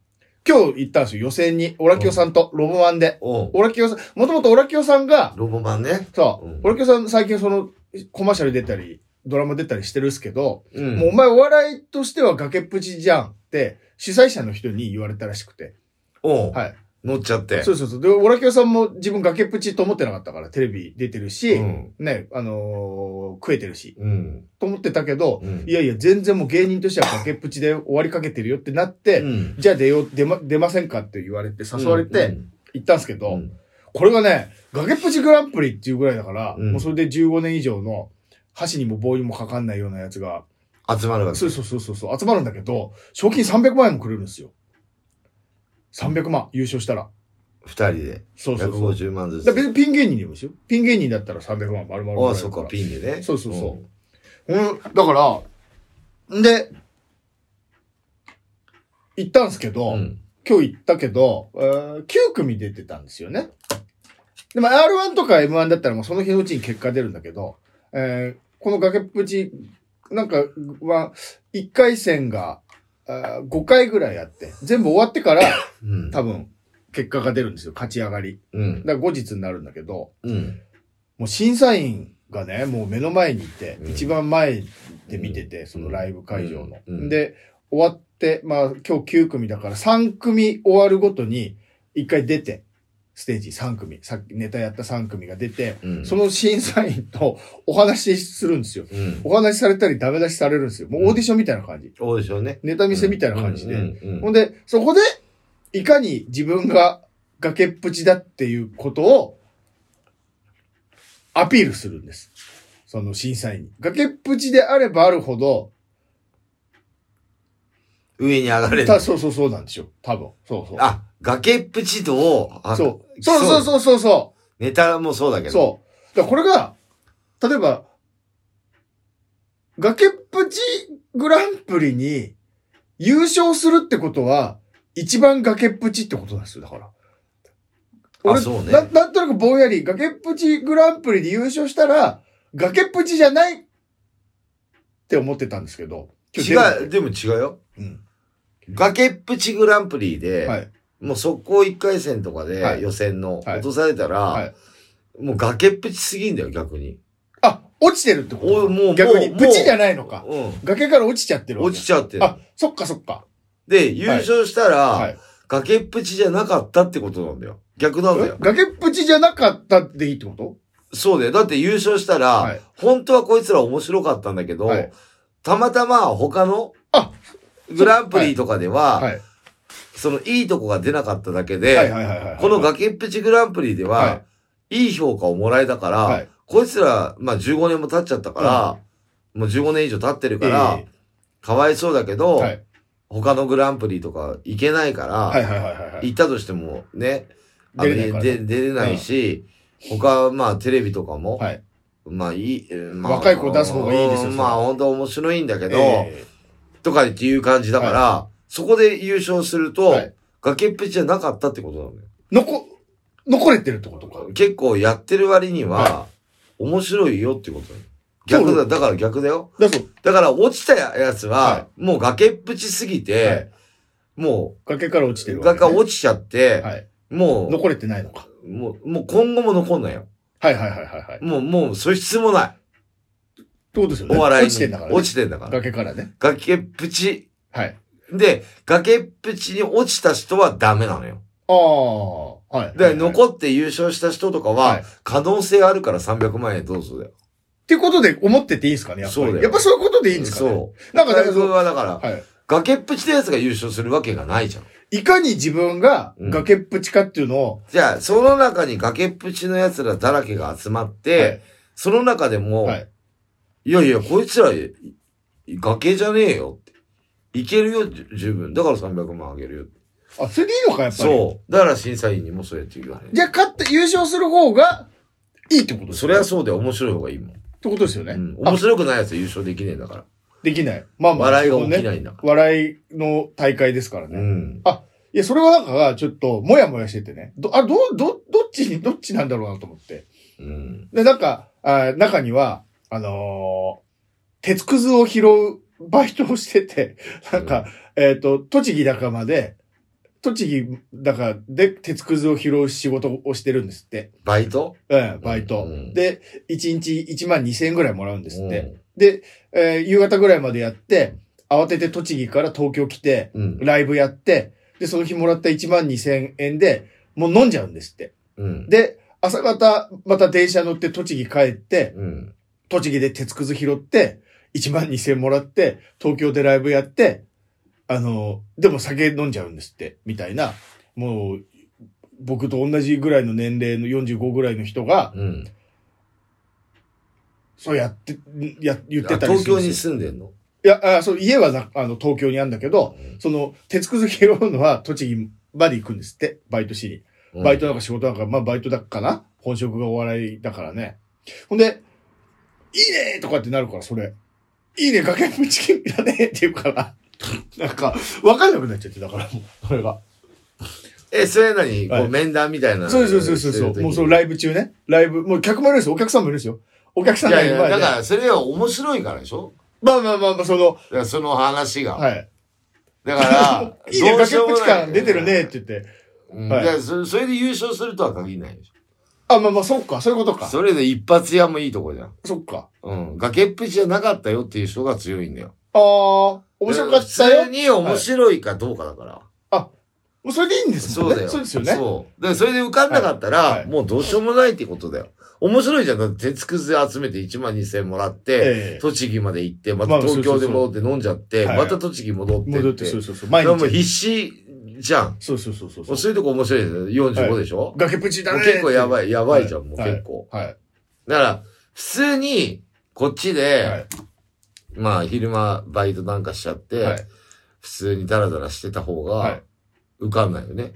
Speaker 2: 今日行ったんですよ、予選に。オラキオさんとロボワンで。
Speaker 1: おう
Speaker 2: オラキオさん、もともとオラキオさんが、
Speaker 1: ロボ版ね。
Speaker 2: そう
Speaker 1: うん、
Speaker 2: オラキオさん最近その、コマーシャル出たり、ドラマ出たりしてるっすけど、
Speaker 1: うん。
Speaker 2: もうお前お笑いとしては崖っぷちじゃんって、主催者の人に言われたらしくて。
Speaker 1: おう
Speaker 2: はい。
Speaker 1: 乗っちゃって。
Speaker 2: そうそうそう。で、オラキオさんも自分崖っぷちと思ってなかったから、テレビ出てるし、
Speaker 1: うん
Speaker 2: ね、あのー食えてるし、
Speaker 1: うん。
Speaker 2: と思ってたけど、
Speaker 1: うん
Speaker 2: いやいや、全然もう芸人としては崖っぷちで終わりかけてるよってなって、
Speaker 1: うん
Speaker 2: じゃあ出よう、出ま、出ませんかって言われて、誘われ
Speaker 1: う
Speaker 2: て
Speaker 1: ん、
Speaker 2: 行ったんですけど、
Speaker 1: うん
Speaker 2: これがね、崖っぷちグランプリっていうぐらいだから、
Speaker 1: うん
Speaker 2: もうそれで15年以上の、箸にも棒にもかかんないようなやつが、
Speaker 1: 集まるわけ。
Speaker 2: そうそうそうそうそう、集まるんだけど、賞金300万円もくれるんですよ。300万、優勝したら。
Speaker 1: 二人で。
Speaker 2: そうそうそう。
Speaker 1: 150万ず
Speaker 2: だ
Speaker 1: つ
Speaker 2: 別。にピン芸人にもですよ。ピン芸人だったら300万丸々も
Speaker 1: ああ、
Speaker 2: らえる
Speaker 1: そっか、ピンでね。
Speaker 2: そうそうそう。うん、だから、んで、行ったんですけど、
Speaker 1: うん。
Speaker 2: 今日行ったけど、えー9組出てたんですよね。でも R1 とか M1 だったらもうその日のうちに結果出るんだけど、えーこの崖っぷちなんかは、1回戦があー5回ぐらいあって、全部終わってから
Speaker 1: うん。
Speaker 2: 多分結果が出るんですよ、勝ち上がり。
Speaker 1: うん。
Speaker 2: だから後日になるんだけど、
Speaker 1: うん。
Speaker 2: もう審査員がね、もう目の前にいて、
Speaker 1: うん
Speaker 2: 一番前で見てて、そのライブ会場の。
Speaker 1: うんうん
Speaker 2: で、終わって、まあ今日9組だから3組終わるごとに一回出て、ステージ3組、さっきネタやった3組が出て、
Speaker 1: うん
Speaker 2: その審査員と お話しするんですよ。
Speaker 1: うん。
Speaker 2: お話しされたりダメ出しされるんですよ。もうオーディションみたいな感じ。
Speaker 1: オーディションね。
Speaker 2: ネタ見せみたいな感じで。
Speaker 1: うんうん
Speaker 2: ほんで、そこで、いかに自分が崖っぷちだっていうことを、アピールするんです。その審査員に。崖っぷちであればあるほど、
Speaker 1: 上に上がれる
Speaker 2: た。そうそうそうなんでしょう。多分。そうそう。
Speaker 1: あ、崖っぷちと、あ
Speaker 2: そう。そうそう
Speaker 1: う。
Speaker 2: そうそうそ
Speaker 1: ネタもそうだけ
Speaker 2: う。
Speaker 1: ど。
Speaker 2: そう。だからこれが、例えば、崖っぷちグランプリに優勝するってことは、一番崖っぷちってことなんですよ、だから。
Speaker 1: あ
Speaker 2: 俺、
Speaker 1: そうね
Speaker 2: ななんとなくぼんやり、崖っぷちグランプリで優勝したら、崖っぷちじゃないって思ってたんですけど。
Speaker 1: 違う、
Speaker 2: う。
Speaker 1: でも違うよ。
Speaker 2: うん。
Speaker 1: 崖っぷちグランプリで、
Speaker 2: はい。
Speaker 1: もう速攻1回戦とか
Speaker 2: は
Speaker 1: で
Speaker 2: い
Speaker 1: 予選の
Speaker 2: はい
Speaker 1: 落とされたら、
Speaker 2: はい
Speaker 1: もう崖っぷちすぎんだよ、逆に。
Speaker 2: あ、落ちてるってこと
Speaker 1: おもう
Speaker 2: 逆に、
Speaker 1: もう
Speaker 2: プチじゃないのか。
Speaker 1: う
Speaker 2: 崖から落ちちゃって
Speaker 1: ん。
Speaker 2: るわけ
Speaker 1: 落ちちゃうって。
Speaker 2: あ、そっかそっか。
Speaker 1: で、優勝したら、
Speaker 2: はい。
Speaker 1: 崖っぷちじゃなかったってことなんだよ。逆なんだ
Speaker 2: え
Speaker 1: よ。
Speaker 2: 崖っぷちじゃなかったでいいってこ
Speaker 1: そうだよ。だって優勝したら、
Speaker 2: はい
Speaker 1: 本当はこいつら面白かったんだけど、
Speaker 2: はい
Speaker 1: たまたま他の
Speaker 2: あ
Speaker 1: グランプリとかで
Speaker 2: と
Speaker 1: は、
Speaker 2: はい。
Speaker 1: そのいいとこが出なかっただけ
Speaker 2: はい
Speaker 1: で、
Speaker 2: はいはいはい。
Speaker 1: この崖っぷちグランプリでは、、
Speaker 2: はい
Speaker 1: い評価をもらえたから、
Speaker 2: はい
Speaker 1: こいつら、まあ15年も経っちゃったから、
Speaker 2: は
Speaker 1: もう15年以上経ってるから、
Speaker 2: え
Speaker 1: かわいそうだけ
Speaker 2: え
Speaker 1: ど、
Speaker 2: はい
Speaker 1: 他のグランプリとか行けないから、
Speaker 2: はいはいはいはいはい。
Speaker 1: 行ったとしてもね、あ
Speaker 2: 出れないか
Speaker 1: の
Speaker 2: ら
Speaker 1: で出れないし、他、まあテレビとかも、
Speaker 2: はい
Speaker 1: まあいい、えーまあ、
Speaker 2: 若い子出す方がいいですよ
Speaker 1: うん
Speaker 2: それ
Speaker 1: まあ本当面白いんだけど、
Speaker 2: え
Speaker 1: とかっていう感じだから、そこで優勝すると、
Speaker 2: はい
Speaker 1: 崖っぷちじゃなかったってことなのよ。
Speaker 2: え残、残れてるってことか。
Speaker 1: 結構やってる割には、
Speaker 2: は
Speaker 1: 面白いよってことなの逆
Speaker 2: そ
Speaker 1: だ、
Speaker 2: う
Speaker 1: だから逆だよ。
Speaker 2: だそう。
Speaker 1: だから落ちたやつは、
Speaker 2: は
Speaker 1: もう崖っぷちすぎて、
Speaker 2: はい
Speaker 1: も
Speaker 2: 崖から落ちて
Speaker 1: う、
Speaker 2: るわけね。
Speaker 1: 崖落ちちゃって、
Speaker 2: はい。
Speaker 1: も
Speaker 2: 残れてないのか。
Speaker 1: う、もう、もう今後も残んないよ。
Speaker 2: はいはいはいはいはい。
Speaker 1: もう、もう素質もない。
Speaker 2: どうですよね。
Speaker 1: お笑いに。
Speaker 2: 落ちてんだからね。
Speaker 1: 落ちてんだから。
Speaker 2: 崖からね。
Speaker 1: 崖っぷち。
Speaker 2: はい。
Speaker 1: で、崖っぷちに落ちた人はダメなのよ。
Speaker 2: ああ。はい。
Speaker 1: で、
Speaker 2: っ
Speaker 1: 残って優勝した人とか
Speaker 2: はい
Speaker 1: は、可能性あるから300万円どうぞだよ。
Speaker 2: てことで思ってていいですかね、やっぱ
Speaker 1: そうだ
Speaker 2: り。
Speaker 1: よ
Speaker 2: やっぱそういうことでいいんですかね。
Speaker 1: そう。
Speaker 2: なんかだ
Speaker 1: だ
Speaker 2: け
Speaker 1: か
Speaker 2: ど
Speaker 1: はだから、
Speaker 2: はい。
Speaker 1: 崖っぷちのやつが優勝するわけがないじゃん。
Speaker 2: いかに自分が
Speaker 1: うん
Speaker 2: 崖っぷちかっていうのを、
Speaker 1: じゃあ、その中に崖っぷちのやつらだらけが集まって、
Speaker 2: はい
Speaker 1: その中でも、、
Speaker 2: はいい。
Speaker 1: やいや、こいつら、い崖じゃねえよって。いけるよ、じゅ十分。だから300万あげるよ。
Speaker 2: あ、それでいいのか、やっぱり。
Speaker 1: そう。だから審査員にもそうやって言わね。
Speaker 2: じゃあ、勝って優勝する方がいいってことです
Speaker 1: そ
Speaker 2: よ
Speaker 1: り
Speaker 2: ね
Speaker 1: ゃそうで面白い方がいいもん。
Speaker 2: ってことですよね。
Speaker 1: うん。
Speaker 2: あ
Speaker 1: 面白くないやつは優勝できねえんだから。
Speaker 2: できない。まあまあ。
Speaker 1: 笑いが起きないんだ
Speaker 2: そ
Speaker 1: か
Speaker 2: こね笑いの大会ですからね。
Speaker 1: ら。うん。
Speaker 2: いや、それはなんか、ちょっと、もやもやしててね。ど、あ、ど、ど、どっちに、どっちなんだろうなと思って。
Speaker 1: うん。
Speaker 2: で、なんか、あ中には、あのー鉄くずを拾うバイトをしてて、 なんか、えっ、と、栃木だかまで、栃木だかで鉄くずを拾う仕事をしてるんですって。
Speaker 1: バイト
Speaker 2: うん、バイト。
Speaker 1: うん
Speaker 2: で、1日1万2000円ぐらいもらうんですって。
Speaker 1: うん
Speaker 2: で、えー夕方ぐらいまでやって、慌てて栃木から東京来て、
Speaker 1: うん。
Speaker 2: ライブやって、で、その日もらった1万2000円で、もう飲んじゃうんですって。
Speaker 1: うん。
Speaker 2: で、朝方、また電車乗って栃木帰って、
Speaker 1: うん。
Speaker 2: 栃木で鉄くず拾って、1万2000もらって、東京でライブやって、あの、でも酒飲んじゃうんですって、みたいな、もう、僕と同じぐらいの年齢の45ぐらいの人が、
Speaker 1: うん。
Speaker 2: そうやって、や、言って
Speaker 1: あ
Speaker 2: たり
Speaker 1: 東
Speaker 2: するん
Speaker 1: 京
Speaker 2: ですよ
Speaker 1: に住んでんの
Speaker 2: いや、あそう、家はな、あの、東京にあるんだけど、その、鉄くず拾うのは栃木まで行くんですって、バイトしに。
Speaker 1: うん
Speaker 2: バイトなんか仕事なんか、まあバイトだかな本職がお笑いだからね。ほんで、いいねとかってなるから、それ。いいね崖っぷち君だねって言うから。 なんか、わかんなくなっちゃって、だからもう、それが。
Speaker 1: え、それなに、こ
Speaker 2: は
Speaker 1: う
Speaker 2: い
Speaker 1: 面談みたいな。
Speaker 2: そうそうそうそうそう。もうその
Speaker 1: い
Speaker 2: ライブ中ね。ライブ、もう客もいるんですよ。お客さんもいるんですよ。お客さんが
Speaker 1: や
Speaker 2: い
Speaker 1: い
Speaker 2: る
Speaker 1: や、
Speaker 2: 前で。
Speaker 1: だから、それは面白いからでしょ
Speaker 2: まあまあまあまあ、そ
Speaker 1: だ
Speaker 2: の、
Speaker 1: からその話が。
Speaker 2: はい。
Speaker 1: だから、
Speaker 2: いいね、
Speaker 1: どうし
Speaker 2: 崖っ
Speaker 1: ようもな
Speaker 2: ぷ
Speaker 1: い
Speaker 2: ち感出てるねっ。て言って。
Speaker 1: うん
Speaker 2: はい
Speaker 1: だからそそれで優勝するとは限らないでし
Speaker 2: あ、まあまあ、そっか、そういうこと
Speaker 1: ょ。
Speaker 2: か。
Speaker 1: それで一発屋もいいとこじゃん。
Speaker 2: そっか。
Speaker 1: うん。崖っぷちじゃなかったよっていう人が強いんだよ。
Speaker 2: ああ、面白かったよ
Speaker 1: 普通。に面白いかどうかだから。
Speaker 2: もうそれでいいんです
Speaker 1: そ
Speaker 2: も
Speaker 1: う
Speaker 2: ね。
Speaker 1: だよ。
Speaker 2: そうですよね。
Speaker 1: そう。で、それで受かんなかったら、
Speaker 2: はいはい
Speaker 1: もうどうしようもないってことだよ。面白いじゃん。だって鉄くず集めて1万2000もらって、
Speaker 2: ええ
Speaker 1: 栃木まで行って、また
Speaker 2: まあ
Speaker 1: 東京で
Speaker 2: そうそうそう
Speaker 1: 戻って飲んじゃって、
Speaker 2: はい
Speaker 1: また栃木戻ってって。
Speaker 2: 戻って、そうそうそう。
Speaker 1: で
Speaker 2: 毎
Speaker 1: ももう
Speaker 2: 日。
Speaker 1: 必死じゃん。
Speaker 2: そうそうそうそう
Speaker 1: もう
Speaker 2: そ
Speaker 1: そういうとこ面白いですよ。45でしょ、
Speaker 2: う。崖っぷちだ
Speaker 1: もう
Speaker 2: ね。
Speaker 1: 結構や
Speaker 2: い。
Speaker 1: ばい、やばいじゃん、もう
Speaker 2: はい
Speaker 1: 結構。
Speaker 2: はい。
Speaker 1: だから、普通に、こっちで、
Speaker 2: はい
Speaker 1: まあ、昼間バイトなんかしちゃって、
Speaker 2: はい
Speaker 1: 普通にダラダラしてた方
Speaker 2: は
Speaker 1: が
Speaker 2: い、
Speaker 1: 受かんないよね。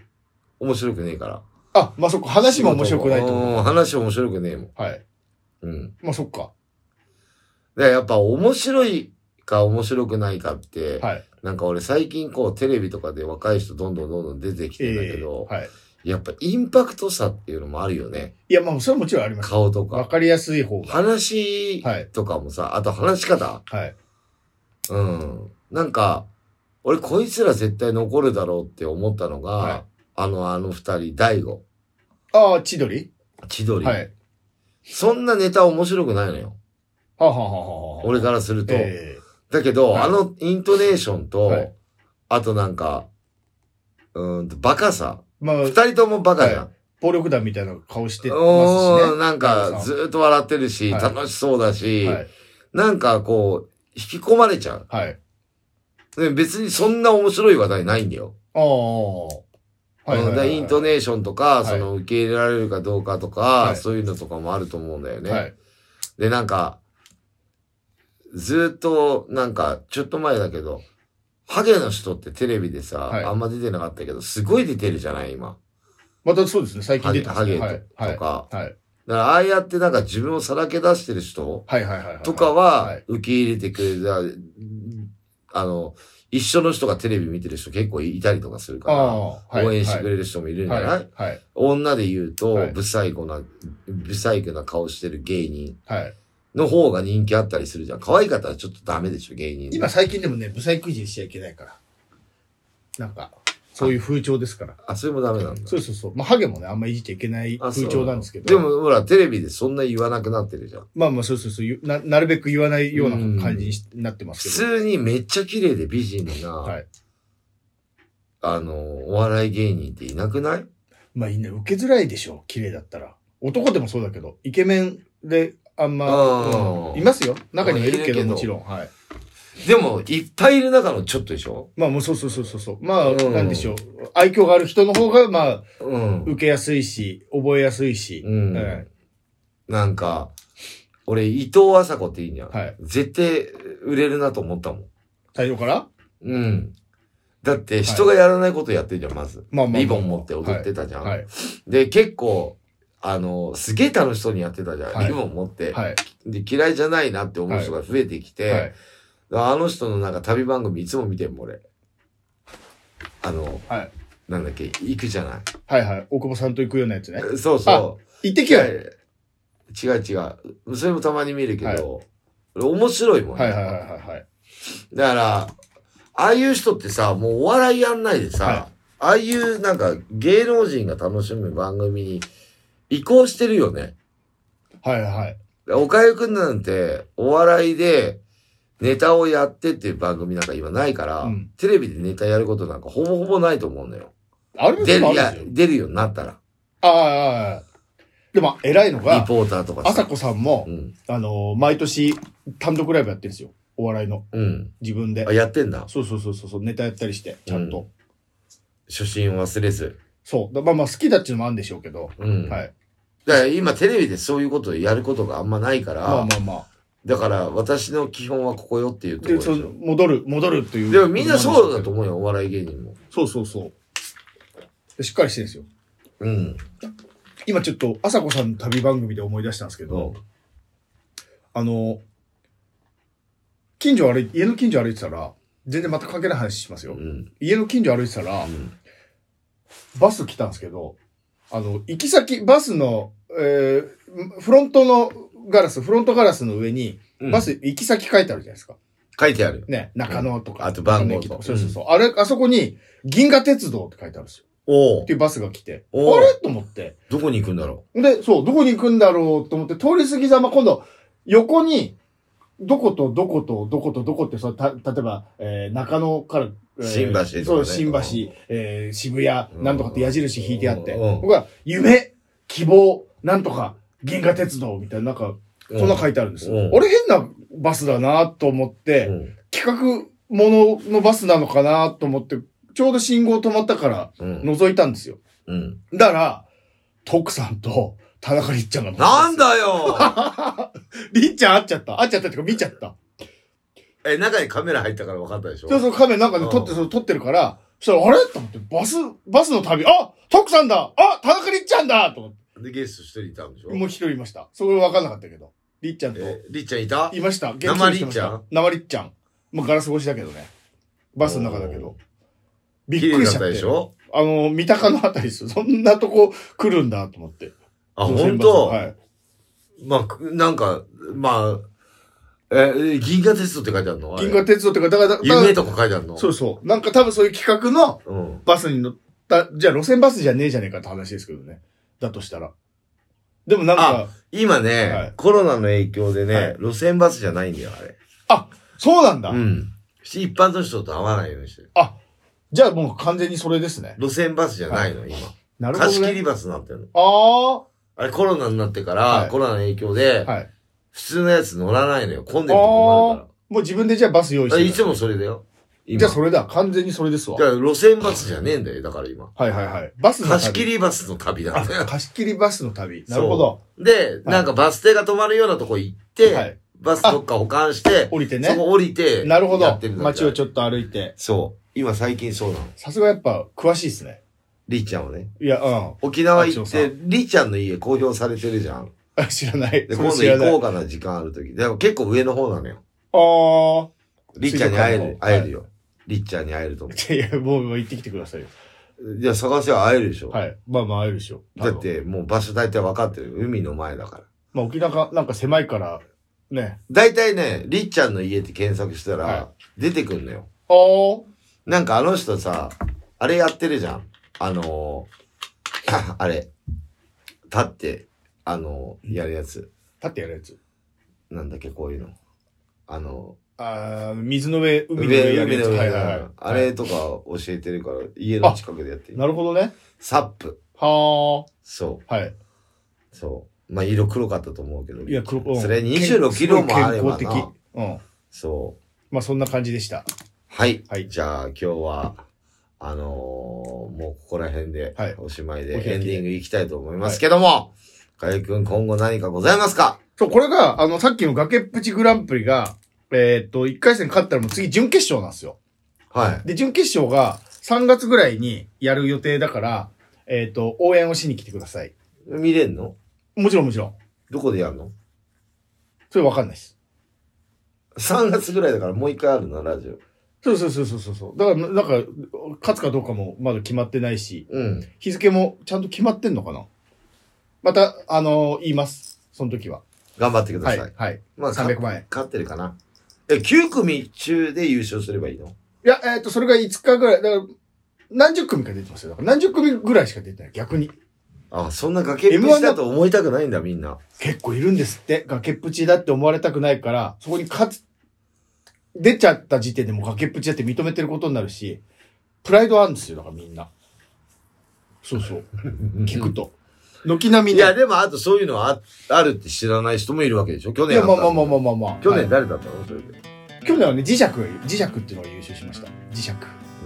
Speaker 1: 面白くねえから。
Speaker 2: あ、まあそっか、話も面白くないと。
Speaker 1: うん話面白くねえもん。
Speaker 2: はい。
Speaker 1: うん。だか
Speaker 2: まあそっか。
Speaker 1: らやっぱ面白いか面白くないかって、
Speaker 2: はい。
Speaker 1: なんか俺最近こうテレビとかで若い人どんどんどんどん出てきてんだけ
Speaker 2: え
Speaker 1: ど、
Speaker 2: はい。
Speaker 1: やっぱインパクトさっていうのもあるよね。
Speaker 2: いや、まあそれはもちろんあります。
Speaker 1: 顔と
Speaker 2: わ
Speaker 1: か。
Speaker 2: かりやすい方が。
Speaker 1: 話とかもさ、あと話し方。
Speaker 2: はい。
Speaker 1: うん。なんか、俺こいつら絶対残るだろうって思ったのが、
Speaker 2: はい
Speaker 1: あの、あの二人、大悟、
Speaker 2: ああ、千鳥
Speaker 1: 千鳥、
Speaker 2: はい。
Speaker 1: そんなネタ面白くないのよ。
Speaker 2: はあはあはあはあ。
Speaker 1: 俺からすると。
Speaker 2: え
Speaker 1: だけど、
Speaker 2: はい
Speaker 1: あのイントネーションと、
Speaker 2: はい
Speaker 1: あとなんか、うーんと、バカさ。
Speaker 2: え。まあ
Speaker 1: 二、人ともバカじゃん。
Speaker 2: 暴力団みたいな顔してますし
Speaker 1: お
Speaker 2: ね。
Speaker 1: ーなんかずーっと笑ってるし、
Speaker 2: はい
Speaker 1: 楽しそうだし、
Speaker 2: はい。
Speaker 1: なんかこう、引き込まれちゃう。
Speaker 2: はい。
Speaker 1: で別にそんな面白い話題ないんだよ。
Speaker 2: ああ。はいはい
Speaker 1: うんだからイントネーションとか、
Speaker 2: い
Speaker 1: その受け入れられるかどうかとか、
Speaker 2: い
Speaker 1: そういうのとかもあると思うんだよね。
Speaker 2: はい。
Speaker 1: で、なんか、ずーっと、なんか、ちょっと前だけど、ハゲの人ってテレビでさ、
Speaker 2: はい
Speaker 1: あんま出てなかったけど、すごい出てるじゃない今。
Speaker 2: またそうですね、最近
Speaker 1: ハ
Speaker 2: 出
Speaker 1: ゲ
Speaker 2: て
Speaker 1: ハ
Speaker 2: ますね
Speaker 1: ゲと,、
Speaker 2: はい。はい。
Speaker 1: か。
Speaker 2: はい。
Speaker 1: だから、ああやってなんか自分をさらけ出してる人
Speaker 2: はいはいはいはい。
Speaker 1: とかは
Speaker 2: はい、
Speaker 1: 受け入れてくれる、あの、一緒の人がテレビ見てる人結構いたりとかするから、
Speaker 2: ああ、はい。
Speaker 1: 応援してく
Speaker 2: る
Speaker 1: れる人もいるんじゃ
Speaker 2: は
Speaker 1: ないい、
Speaker 2: はい。はい。
Speaker 1: 女で言うと、
Speaker 2: はい
Speaker 1: ブサイクな、ブサイクな顔してる芸人
Speaker 2: はい。
Speaker 1: の方が人気あったりするじゃん。可愛かったらちょっとダメでしょ、芸人。
Speaker 2: 今最近でもね、不細工人しちゃいけないから。なんか、そういう風潮ですから。
Speaker 1: あ、それもダメなんだ。
Speaker 2: そうそうそう。まあ、ハゲもね、あんまいじっちゃいけない
Speaker 1: あそう
Speaker 2: 風潮なんですけど。
Speaker 1: でも、ほら、テレビでそんな言わなくなってるじゃん。
Speaker 2: まあまあ、そうそうそう。ゆななるべく言わないような
Speaker 1: うん
Speaker 2: 感じにしなってます
Speaker 1: 普
Speaker 2: けど。
Speaker 1: 通にめっちゃ綺麗で美人な、
Speaker 2: はい。
Speaker 1: あの、お笑い芸人っていなくない
Speaker 2: まあ、いいね。受けづらいでしょ。綺麗だったら。男でもそうだけど、イケメンで、あんま、
Speaker 1: あー
Speaker 2: うんいますよ。中にはいる
Speaker 1: い
Speaker 2: け
Speaker 1: るけ
Speaker 2: ど、
Speaker 1: ど
Speaker 2: もちろん。はい。
Speaker 1: でも、いっぱいいる中のちょっとでしょ
Speaker 2: まあ、もうそうそうそうそうそう。まあ、
Speaker 1: うん
Speaker 2: なんでしょう。愛嬌がある人の方が、まあ、
Speaker 1: うん。
Speaker 2: 受けやすいし、覚えやすいし。
Speaker 1: うん
Speaker 2: はい
Speaker 1: なんか、俺、伊藤麻子っていいんじゃん。
Speaker 2: はい
Speaker 1: 絶対売れるなと思ったもん。
Speaker 2: 太陽から
Speaker 1: うん。だって、人がやらないことやってるじゃん、まず。
Speaker 2: まあまあまあ
Speaker 1: リボン持って踊ってたじゃん。
Speaker 2: はい。
Speaker 1: で、結構、あの、すげえ楽しそうにやってたじゃん。
Speaker 2: はい
Speaker 1: リボン持って、
Speaker 2: はい。
Speaker 1: で。嫌いじゃないなって思う人が増えてきて、
Speaker 2: はい。
Speaker 1: あの人のなんか旅番組いつも見てんもん、俺。あの、
Speaker 2: はい
Speaker 1: なんだっけ、行くじゃない。
Speaker 2: はいはい。大久保さんと行くようなやつね。
Speaker 1: そうそ
Speaker 2: 行って
Speaker 1: う。
Speaker 2: きよ。
Speaker 1: 違
Speaker 2: はいう
Speaker 1: 違う。それもたまに見るけど、俺面白いもんね。
Speaker 2: はいはいはいはい。
Speaker 1: だから、ああいう人ってさ、もうお笑いやんないでさ、
Speaker 2: はい
Speaker 1: ああいうなんか芸能人が楽しむ番組に移行してるよね。
Speaker 2: はいはい。
Speaker 1: おかゆくんなんてお笑いでネタをやってっていう番組なんか今ないから、
Speaker 2: うん
Speaker 1: テレビでネタやることなんかほぼほぼないと思うのよ。
Speaker 2: あれ
Speaker 1: 出
Speaker 2: でも
Speaker 1: る、いや
Speaker 2: あるんです、よ。
Speaker 1: 出るようになったら。
Speaker 2: ああああああ。でも、偉いの
Speaker 1: リ
Speaker 2: が、
Speaker 1: ポーターとか
Speaker 2: あさ
Speaker 1: さ。
Speaker 2: こさんも
Speaker 1: う、ん。
Speaker 2: あのー、毎年、単独ライブやってるんですよ。お笑いの。
Speaker 1: うん。
Speaker 2: 自分で
Speaker 1: あ、。やってんだ。
Speaker 2: そうそうそうそう。ネタやったりして、ちゃん
Speaker 1: う
Speaker 2: と。
Speaker 1: 初心を忘れず。
Speaker 2: そう。だまあまあ、好きだっていうのもあるんでしょうけど。
Speaker 1: うん。
Speaker 2: はい。
Speaker 1: だから今テレビでそういうことをやることがあんまないから、
Speaker 2: まあまあまあ。
Speaker 1: だから私の基本はここよっていうところ
Speaker 2: で、
Speaker 1: でし
Speaker 2: そ
Speaker 1: ょ
Speaker 2: の、戻る、戻るという。
Speaker 1: でもみんなそうだと思うよ、お笑い芸人も。
Speaker 2: そうそうそう。しっかりしてるんですよ。
Speaker 1: うん。
Speaker 2: 今ちょっと、あさこさんの旅番組で思い出したんですけど、あの、近所歩い、家の近所歩いてたら、全然全く関係ない話します
Speaker 1: う
Speaker 2: よ。
Speaker 1: ん。
Speaker 2: 家の近所歩いてたら
Speaker 1: う、ん。
Speaker 2: バス来たんですけど、あの、行き先、バスの、えー、フロントのガラス、フロントガラスの上に、
Speaker 1: うん
Speaker 2: バス行き先書いてあるじゃないですか。
Speaker 1: 書いてある。
Speaker 2: ね、中野とか。
Speaker 1: あと番号と
Speaker 2: か。そうそうそう。あれ、あそこに、銀河鉄道って書いてあるんですよ。
Speaker 1: おお
Speaker 2: って。いうバスが来て、あ
Speaker 1: おう
Speaker 2: れと思って。
Speaker 1: どこに行くんだろ
Speaker 2: で、そう、どこに行くんだろうと思って、通り過ぎざま、今度、横に、どことどことどことどこって、そうた例えば、えー中野から、えー
Speaker 1: 新橋とかね
Speaker 2: そう、新橋
Speaker 1: うん、
Speaker 2: えー渋谷、なんとかって矢印引いてあって、
Speaker 1: うん
Speaker 2: 僕は、夢、希望、なんとか、銀河鉄道みたいな、なんか、
Speaker 1: う。
Speaker 2: そんな書いてあるんですよ。
Speaker 1: うん
Speaker 2: あれ変なバスだなと思って、
Speaker 1: うん
Speaker 2: 企画もののバスなのかなと思って、ちょうど信号止まったから、
Speaker 1: うん。
Speaker 2: 覗いたんですよ。
Speaker 1: うん。
Speaker 2: だから、徳さんと田中りっちゃんが乗ってた
Speaker 1: なんだよ
Speaker 2: です。 りっちゃん会っちゃった。会っちゃったっていうか見ちゃった。
Speaker 1: え、中にカメラ入ったから分かったでしょ
Speaker 2: そうそう、カメラなんかで、
Speaker 1: うん
Speaker 2: 撮って、そう撮ってるから、そしたら、あれと思って、バス、バスの旅、あ徳さんだあ田中りっちゃんだと思って、
Speaker 1: で、ゲスト一人いたんでしょ
Speaker 2: もう一人いました。それ分かんなかったけど。りっちゃんと、
Speaker 1: え、りっちゃんいた
Speaker 2: いました。元気
Speaker 1: 生
Speaker 2: に
Speaker 1: りっ
Speaker 2: してました
Speaker 1: ちゃん
Speaker 2: 生りっちゃん。もうガラス越しだけどね。バスの中だけど。び
Speaker 1: 綺
Speaker 2: っ
Speaker 1: 麗
Speaker 2: くり
Speaker 1: だ
Speaker 2: し
Speaker 1: っ
Speaker 2: ちゃったて。
Speaker 1: でしょ
Speaker 2: あの、三鷹のあたりですよ。そんなとこ来るんだと思って。
Speaker 1: あ、
Speaker 2: 路線バス
Speaker 1: ほんと
Speaker 2: はい。
Speaker 1: まあ、くなんか、まあ、え、銀河鉄道って書いてあるのあれ
Speaker 2: 銀河鉄道ってか、だから、だから
Speaker 1: 夢とか書いてあるの
Speaker 2: そうそう。なんか多分そういう企画の
Speaker 1: うん。
Speaker 2: バスに乗った、じゃあ路線バスじゃねえじゃねえかって話ですけどね。だとしたら。でもなんか、
Speaker 1: 今ね、
Speaker 2: はい
Speaker 1: コロナの影響でね、
Speaker 2: はい
Speaker 1: 路線バスじゃないんだよ、あれ。
Speaker 2: そうなんだ、
Speaker 1: うん。一般の人と会わないようにしてる。
Speaker 2: じゃあもう完全にそれですね。
Speaker 1: 路線バスじゃないの、今。
Speaker 2: なるほど、ね。
Speaker 1: 貸し切りバスになってるの。
Speaker 2: あ
Speaker 1: あれコロナになってから、
Speaker 2: はい
Speaker 1: コロナの影響で
Speaker 2: あ。、はい。
Speaker 1: 普通のやつ乗らないのよ。混んでるとこもあるか
Speaker 2: もう自分でじゃあバス用意し
Speaker 1: ら。
Speaker 2: て
Speaker 1: あ
Speaker 2: る。
Speaker 1: いつもそれだよ。今。
Speaker 2: じゃあそれだ。完全にそれですわ。
Speaker 1: だから路線バスじゃねえんだよ、だから今。
Speaker 2: はいはいはい。バスの旅。
Speaker 1: 貸し切りバスの旅な
Speaker 2: あ
Speaker 1: んだよ。
Speaker 2: 貸し切りバスの旅。 なるほど。
Speaker 1: で、なんかバス停が止まるようなとこ行って、
Speaker 2: はい
Speaker 1: バスどっか保管して、
Speaker 2: 降りて
Speaker 1: そ
Speaker 2: ね。
Speaker 1: こ降りて、
Speaker 2: なるほ
Speaker 1: や
Speaker 2: ど
Speaker 1: ってる。んだ
Speaker 2: 街をち
Speaker 1: ょ
Speaker 2: ょっと歩いて。
Speaker 1: そう。今最近そうなの。
Speaker 2: さすがやっぱ詳しいですね。
Speaker 1: りーちゃんはね。
Speaker 2: いや、うん
Speaker 1: 沖縄行
Speaker 2: あ
Speaker 1: っ
Speaker 2: そう
Speaker 1: て
Speaker 2: そ、
Speaker 1: りーちゃんの家公表されてるじゃん。
Speaker 2: あ。 知らない。
Speaker 1: で、
Speaker 2: そ
Speaker 1: 今
Speaker 2: れ
Speaker 1: 度
Speaker 2: 知ら
Speaker 1: 行
Speaker 2: ない
Speaker 1: こうかな、時間あるとき。でも結構上の方なのよ。
Speaker 2: あ
Speaker 1: りーちゃんに会え
Speaker 2: 水
Speaker 1: る
Speaker 2: 族、館の
Speaker 1: 会えるよ。りーちゃんに会えると思
Speaker 2: あ。いや、もうもう行ってきてくださいよ。
Speaker 1: う。じゃあ探せば会えるでしょ。
Speaker 2: はい。まあまあ会えるでしょ。
Speaker 1: だって、もう場所大体分かってる。海の前だから。
Speaker 2: 多分。まあ沖縄かなんか狭いから、ね。
Speaker 1: 大体ね、りっちゃんの家って検索したら
Speaker 2: は、
Speaker 1: 出てくんのよ。
Speaker 2: ああ。
Speaker 1: なんかあの人さ、あれやってるじゃん。あのー、 あれ。立って、あのー、やるやつ。
Speaker 2: 立ってやるやつ。
Speaker 1: なんだっけ、こういうの。あの
Speaker 2: ああ、水の上、
Speaker 1: ー、
Speaker 2: 海の上やるやつ。
Speaker 1: 上
Speaker 2: はい
Speaker 1: 上
Speaker 2: はいはい。
Speaker 1: あれとか教えてるから、家の近くでやってる
Speaker 2: なるほどね。
Speaker 1: サップ。
Speaker 2: は
Speaker 1: そ
Speaker 2: あ。はい。
Speaker 1: う、そう。まあ、色黒かったと思うけど。
Speaker 2: いや、黒、うん
Speaker 1: それ26キロもあればな
Speaker 2: すごい健康的。うん。
Speaker 1: そう。
Speaker 2: まあそんな感じでした。
Speaker 1: はい。
Speaker 2: はい
Speaker 1: じゃあ今日は、あのーもうここら辺で
Speaker 2: はい、
Speaker 1: おしまいで
Speaker 2: お開きで
Speaker 1: エンディングいきたいと思いますけども、かゆくん今後何かございますか
Speaker 2: そう、これが、あの、さっきの崖っぷちグランプリが、えーっと、1回戦勝ったらもう次準決勝なんですよ。
Speaker 1: はい。
Speaker 2: で、準決勝が3月ぐらいにやる予定だから、えーっと、応援をしに来てください。
Speaker 1: 見れんの
Speaker 2: もちろんもちろん。
Speaker 1: どこでやるの
Speaker 2: それわかんないです。
Speaker 1: ?3 月ぐらいだからもう一回あるな、ラジオ。
Speaker 2: そうそうそうそうそうそう。だから、なんか、勝つかどうかもまだ決まってないし、
Speaker 1: うん。
Speaker 2: 日付もちゃんと決まってんのかなまた、あの言います。その時は。
Speaker 1: 頑張ってくだ
Speaker 2: は
Speaker 1: さい。
Speaker 2: い。はい。
Speaker 1: まあ、か
Speaker 2: 300万円。
Speaker 1: 勝ってるかな。え、9組中で優勝すればいいの
Speaker 2: いや、えーっと、それが5日ぐらい。だから、何十組か出てますよ。だから何十組ぐらいしか出てない。逆に。
Speaker 1: あ、そんな崖っぷ
Speaker 2: M1
Speaker 1: ちだと思いたくないんだ、みんな。
Speaker 2: 結構いるんですって。崖っぷちだって思われたくないから、そこに勝つ、出ちゃった時点でもう崖っぷちだって認めてることになるし、プライドあるんですよ、だからみんな。そうそう。聞くと。軒並
Speaker 1: い
Speaker 2: みね。
Speaker 1: や、でも、あとそういうのはああるって知らない人もいるわけでしょ去
Speaker 2: い
Speaker 1: 年
Speaker 2: や、
Speaker 1: あった
Speaker 2: まあ
Speaker 1: の
Speaker 2: まあまあまあまあまあ。
Speaker 1: 去年
Speaker 2: はい
Speaker 1: 誰だったのそれで。
Speaker 2: 去年はね、磁石が、磁石っていうのが優勝しました。磁石。